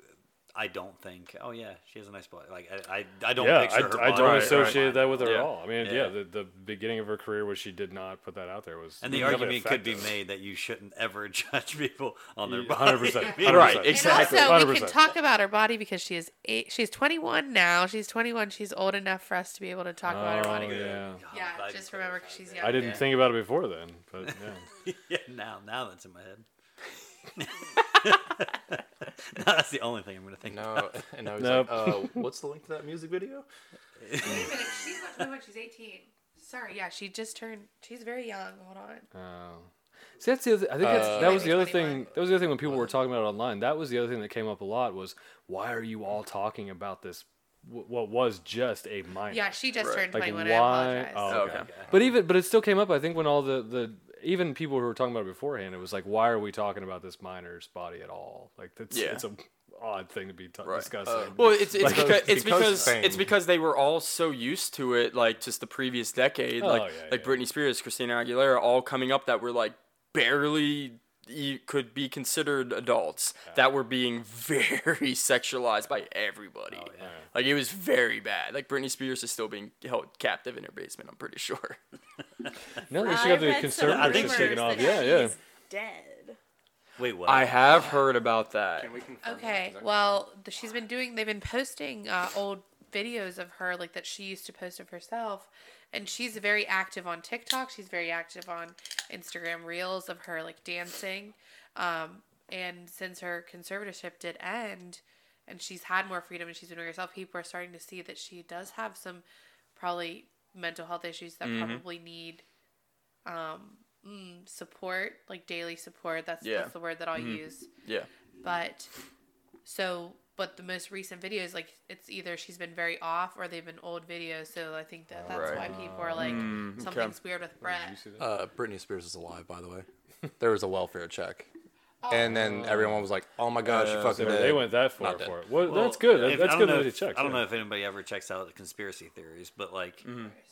F: I don't think. Oh yeah, she has a nice body. Like I, I, I don't
D: Yeah, I,
F: picture her.
D: I
F: body.
D: don't
A: right.
D: associate that with her at
A: Yeah.
D: all. I mean, yeah,
F: Yeah.
D: the, the beginning of her career where she did not put that out there was
F: And the
D: really
F: argument could be
D: effective.
F: made that you shouldn't ever judge people on their
D: Yeah,
F: body.
D: 100%.
A: Right,
D: 100%.
E: And
A: Exactly.
E: also, we can
D: 100%.
E: talk about her body because she is eight, she's 21 now. She's 21. She's old enough for us to be able to talk about her
D: Oh,
E: body.
D: yeah.
E: Yeah,
F: God,
E: just
F: I-
E: remember 'cause she's young.
D: I didn't
F: Yeah.
D: think about it before then, but yeah.
F: Yeah, now, now that's in my head. now that's the only thing I'm gonna think.
B: No, and I was
D: Nope.
B: like, uh, "What's the link to that music video?"
E: Wait a minute, she's not 21. She's 18. Sorry, yeah, she just turned. She's very young. Hold on.
D: Oh. See, that's the other, I think that's,
F: Uh,
D: that was the other thing.
E: 21.
D: That was the other thing when people were talking about it online. That was the other thing that came up a lot was why are you all talking about this? wh- What was just a minor?
E: Yeah, she just
A: Right.
E: turned
D: like
E: 21. I
D: why?
E: apologize.
D: Oh, okay.
A: Okay.
D: But even but it still came up. I think when all the the even people who were talking about it beforehand, it was like why are we talking about this minor's body at all? Like that's
A: Yeah.
D: it's a odd thing to be t-
A: Right. Uh,
D: discussing.
A: Well, it's it's
D: Like,
A: because it's
B: because
A: because
B: fame.
A: it's because they were all so used to it, like just the previous decade,
D: Oh,
A: like
D: yeah,
A: like
D: yeah.
A: Britney Spears, Christina Aguilera, all coming up that were like barely e- could be considered adults that were being very sexualized by everybody.
D: Oh,
A: Like it was very bad. Like Britney Spears is still being held captive in her basement. I'm pretty sure.
D: no, they
C: I
D: should have the
C: read some
D: conservative
C: rumors
D: taken off.
C: that
D: Yeah, yeah.
C: she's Dead.
F: Wait, what?
A: I have heard about that.
E: Okay, well, th- she's been doing. They've been posting uh, old videos of her, like that she used to post of herself, and she's very active on TikTok. She's very active on Instagram Reels of her like dancing. Um, and since her conservatorship did end, and she's had more freedom and she's been doing herself, people are starting to see that she does have some probably mental health issues that probably need um, mm, support, like daily support. That's
A: Yeah.
E: that's the word that I'll use
A: Yeah.
E: but so but the most recent videos like it's either she's been very off or they've been old videos so i think that that's why
A: Right.
E: people are like something's weird with brett
B: Uh, Britney Spears is alive, by the way. There was a welfare check, and then everyone was like, "Oh my gosh, she fucking
D: So
B: did."
D: they went that far
B: Not dead.
D: for it. Well,
F: Well,
D: that's good. That-
F: if-
D: that's
F: I
D: good
F: don't know
D: that they
F: if-
D: checked.
F: I don't
D: yeah.
F: know if anybody ever checks out the conspiracy theories, but like,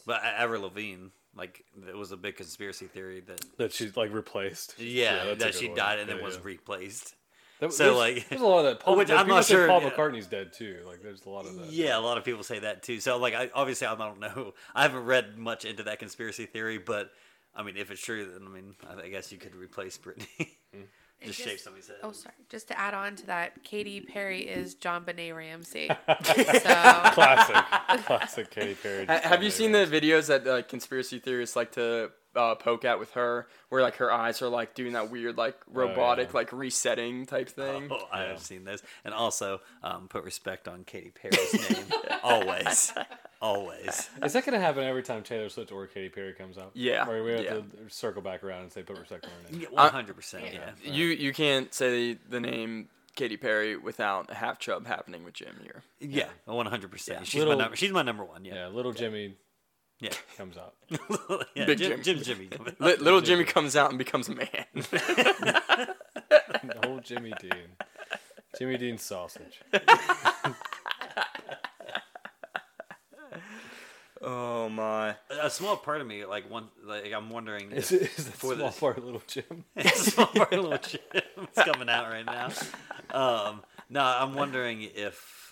F: but Avril Lavigne, like, it was a big conspiracy theory that
D: that she like replaced.
F: yeah,
D: that's a
F: that
D: good
F: she
D: one.
F: died and
D: Yeah,
F: then was
D: yeah.
F: replaced.
D: That-
F: so,
D: there's-
F: like-
D: there's a lot of that. Paul,
F: which
D: like,
F: I'm
D: people
F: not
D: say
F: sure,
D: Paul
F: yeah.
D: McCartney's dead too. Like there's a lot of that.
F: Yeah, a lot of people say that too. So like, I obviously I don't know. I haven't read much into that conspiracy theory, but I mean, if it's true, then I mean, I I guess you could replace Britney. Just
E: just-
F: shave somebody's head.
E: oh sorry just to add on to that katie perry is john benet ramsey so
D: Classic, classic Katy Perry.
A: Ha- Have you seen the videos that uh, conspiracy theorists like to uh, poke at with her, where like her eyes are like doing that weird like robotic
D: yeah.
A: like resetting type thing?
F: Oh, I have seen this, and also um, put respect on Katy Perry's name always, always.
D: Is that gonna happen every time Taylor Swift or Katy Perry comes out?
A: Yeah,
D: Or we have
A: yeah.
D: to circle back around and say put respect on her name.
F: One hundred percent. Uh, Yeah.
A: You you can't say the name Katy Perry without a half chub happening with Jim here.
F: Yeah. One hundred percent. She's
D: Little-
F: my number. She's my number one.
D: Yeah,
F: Yeah.
D: little Jimmy
F: Yeah.
D: comes out.
F: Yeah,
A: Big
F: Jim,
A: Jim.
F: Jim Jimmy.
A: Li- little Jimmy comes out and becomes a man.
D: The whole Jimmy Dean. Jimmy Dean sausage.
A: oh my!
F: a small part of me, like one, like I'm wondering.
D: Is,
F: If,
D: it, is that
F: For
D: small
F: this.
D: part little Jim?
F: a small part of little Jim. It's coming out right now. Um, no, I'm wondering if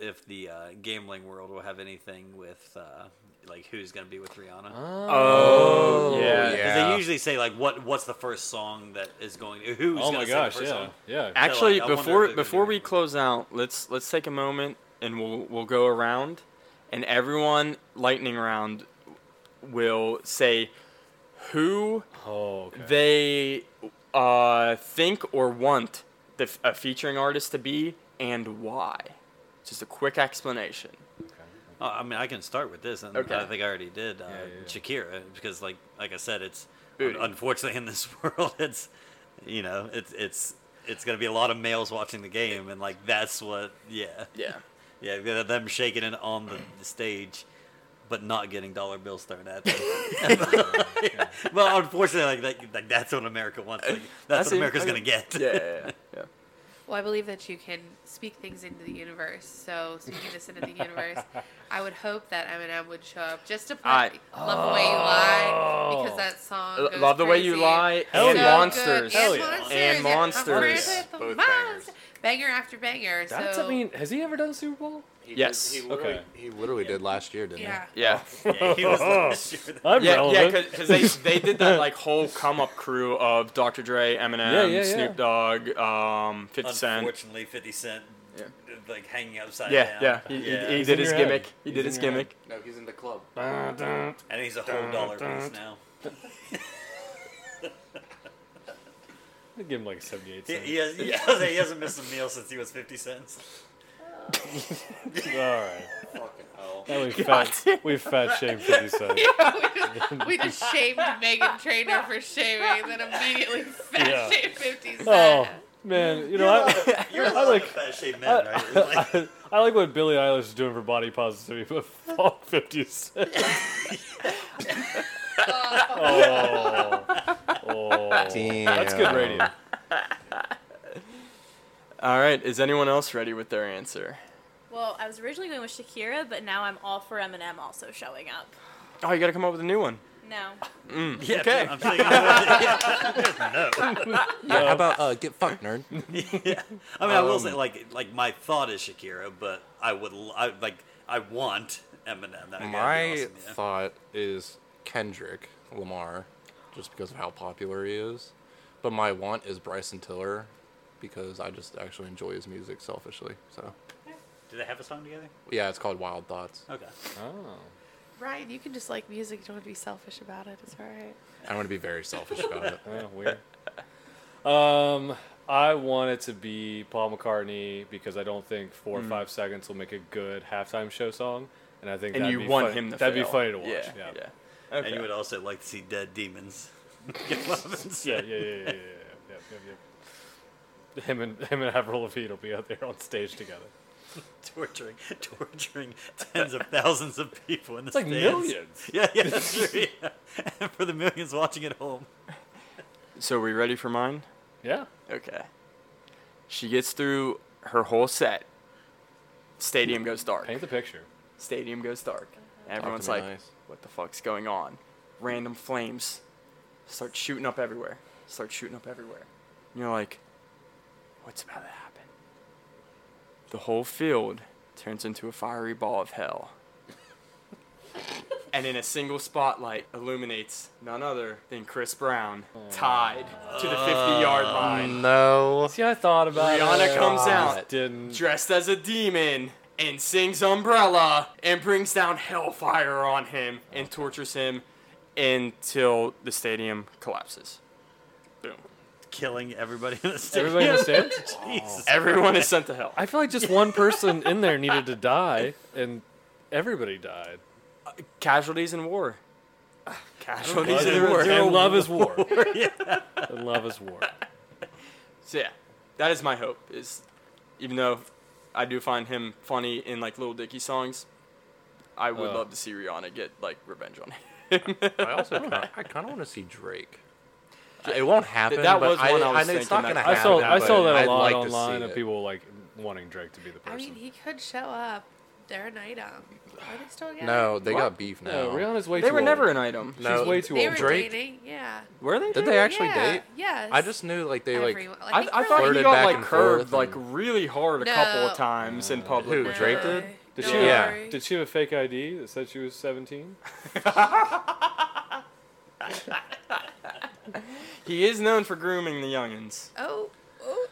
F: if the uh, gambling world will have anything with uh, like who's gonna be with Rihanna.
A: Oh, yeah.
B: yeah.
F: 'Cause they usually say like what what's the first song that is going who's
D: Oh
F: gonna
D: my
F: sing
D: gosh!
F: the
D: Yeah,
F: first song?
D: yeah.
A: Actually,
F: I wonder if
A: before
F: they're gonna
A: before
F: do
A: we
F: anything.
A: close out, let's let's take a moment and we'll we'll go around, and everyone lightning round will say who
D: Oh, okay.
A: they uh, think or want the, f- a featuring artist to be and why. Just a quick explanation.
F: Oh, I mean, I can start with this, and
A: Okay.
F: I think I already did uh,
D: yeah, yeah.
F: Shakira because, like, like I said, it's
A: Booty.
F: unfortunately in this world, it's you know, it's it's it's gonna be a lot of males watching the game, and like that's what, yeah,
A: Yeah.
F: yeah, th- them shaking it on the, the stage, but not getting dollar bills thrown at them. Well, unfortunately, like, that, like that's what America wants. Like,
A: That's
F: that's, what
A: it.
F: America's
A: I
F: gonna
A: mean,
F: get.
A: Yeah, yeah, yeah. yeah.
E: Well, I believe that you can speak things into the universe. So speaking this into the universe, I would hope that Eminem would show up just to play
A: I-
E: "Love the Way You Lie" because that song.
A: L-
E: goes
A: Love the way you
E: crazy.
A: lie
E: So
A: and
E: good.
A: monsters.
E: And
D: yeah.
E: monsters.
A: And
E: yeah.
A: Monsters.
E: Monsters.
B: Both
E: Monsters. Banger after banger.
D: That's,
E: so
D: I mean, has he ever done a Super Bowl?
B: He
A: Yes.
B: Did, he literally,
D: Okay.
B: He literally did last year, didn't
E: yeah.
A: Yeah.
F: Yeah, he was last year.
D: I'm
A: Yeah, yeah,
D: relevant.
A: because they, they did that like whole come up crew of Dr. Dre, Eminem,
D: Yeah, yeah, yeah.
A: Snoop Dogg, um, 50 Cent.
F: Unfortunately, Fifty Cent,
A: Yeah.
F: like hanging upside
A: Yeah,
F: down.
A: yeah. He, he-
F: Yeah.
A: he
D: He's in
A: did his
D: your head.
A: gimmick. He
D: He's
A: did
D: in
A: his
D: your head.
A: gimmick.
B: he? No, he's in the club.
D: Dun, dun.
F: and he's a whole dollar piece now.
D: I'd give him like 78
F: He,
D: cents.
F: he, has, he, has, he hasn't missed a meal since he was fifty cents.
D: All right.
B: Fucking hell.
D: Now we fat, we fat shamed 50 Cent.
E: we just shamed Megan Trainor for shaming, and then immediately fat
D: Yeah.
E: shamed 50 Cent.
D: Oh, man. You know, I,
F: You're
D: I
F: a
D: like-
F: like fat shaved men, right? You're like-
D: I, I like what Billie Eilish is doing for body positivity, but fuck 50 Cent. oh. oh.
B: Damn.
D: That's good radio.
A: All right, is anyone else ready with their answer?
C: Well, I was originally going with Shakira, but now I'm all for Eminem also showing up.
A: Oh, you gotta come up with a new one.
C: No.
F: yeah,
A: Okay.
F: I'm thinking about it.
B: How about uh, get fucked, nerd?
F: Yeah. I mean, I will say, like, like my thought is Shakira, but I would, l- I like, I want Eminem. That would be
B: My
F: awesome, yeah.
B: thought is Kendrick Lamar, just because of how popular he is. But my want is Bryson Tiller, because I just actually enjoy his music selfishly. So
F: Do they have a song together?
B: yeah, it's called Wild Thoughts.
F: Okay.
D: Oh.
E: Ryan, you can just like music. You don't have to be selfish about it. It's all right.
B: I'm gonna be very selfish about it.
D: Yeah, weird. um, I want it to be Paul McCartney because I don't think four
A: Hmm.
D: or five seconds will make a good halftime show song, and I think
A: And
D: that'd
A: you
D: be
A: want
D: fun-
A: him to
D: that'd
A: fail.
D: be funny to watch.
A: Yeah,
D: Yeah,
A: yeah.
F: And
A: Okay.
F: you would also like to see Dead Demons. yeah,
D: yeah, yeah, yeah, yeah, yeah, yeah, yeah, yeah, yeah, yeah. Him and him and Avril Lavigne will be out there on stage together.
F: torturing, torturing tens of thousands of people in the
D: It's like
F: stands.
D: millions.
F: Yeah, yeah, that's true. Yeah. And for the millions watching at home.
A: So, are we ready for mine?
D: Yeah.
A: Okay. She gets through her whole set. Stadium goes dark.
D: Paint the picture.
A: Stadium goes dark. Everyone's
B: me
A: like,
B: nice.
A: what the fuck's going on? Random flames start shooting up everywhere. Start shooting up everywhere. And you're like, what's about to happen? The whole field turns into a fiery ball of hell. and in a single spotlight illuminates none other than Chris Brown, tied to the 50 yard
B: Mm.
A: line.
B: No.
D: See, I thought about
A: Rihanna
D: it.
A: comes
D: Just
A: out.
D: Didn't.
A: dressed as a demon and sings Umbrella and brings down hellfire on him and tortures him until the stadium collapses. Boom.
F: killing everybody in the stadium.
D: Everybody in the stands?
F: Jesus.
A: Everyone is sent to hell.
D: I feel like just one person in there needed to die, and everybody died.
A: Casualties in war. Casualties
D: Love
A: in
D: is-
A: war.
D: and love is war. And love is war.
A: So yeah, that is my hope. Is even though I do find him funny in like Little Dicky songs, I would
D: Uh.
A: love to see Rihanna get like revenge on him.
B: I also kinda, I kind of want to see Drake. It won't happen.
A: that
B: but
A: was one I
B: I,
A: was
B: know it's not
A: thinking that-
B: gonna
D: I saw
B: happen,
D: I saw
B: but
D: that a
B: I'd
D: lot
B: like to see
D: online of
B: it.
D: people like wanting Drake to be the
E: I
D: person.
E: mean, he could show up. They're an item. Are they still together?
B: No, they
A: What?
B: got beef now.
D: no, Rihanna's way
A: They
D: too
A: were
D: old.
A: never an item.
D: She's way too
E: They
D: old.
E: were
B: Drake-
E: dating. Yeah.
A: Were they?
B: Did they actually
E: yeah.
B: date?
E: Yes.
B: I just knew like they like
E: Everyone.
A: I,
E: think
A: I
E: for
A: thought
E: like-
A: he
B: flirted
A: got
B: back
A: like
B: and
A: curved
B: forth
A: like
B: and-
A: really hard a couple
E: No.
A: of times in public.
B: Who, Drake
E: No.
B: did?
D: Did
E: Don't
D: she?
B: Yeah.
E: worry.
D: Did she have a fake ID that said she was 17?
A: He is known for grooming the youngins.
E: Oh, oh.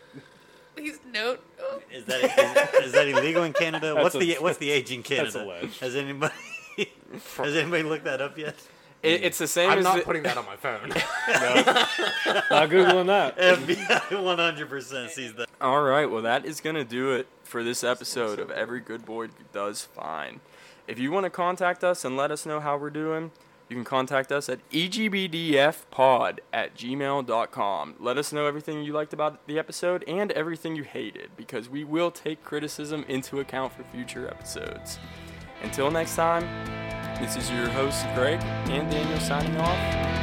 E: He's no. Oh.
F: Is that is, is that illegal in Canada? what's
D: a-
F: the what's the age in
D: that's
F: Canada?
D: alleged.
F: Has anybody has anybody looked that up yet?
A: It, it's the same
B: I'm
A: as
B: not
A: the-
B: putting that on my phone.
D: Not googling that.
F: FBI one hundred percent sees that.
A: All right, well that is gonna do it for this episode of Every Good Boy Does Fine. If you want to contact us and let us know how we're doing, you can contact us at E egbdfpod at gmail.com. Let us know everything you liked about the episode and everything you hated, because we will take criticism into account for future episodes. Until next time, this is your host, Greg and Daniel signing off.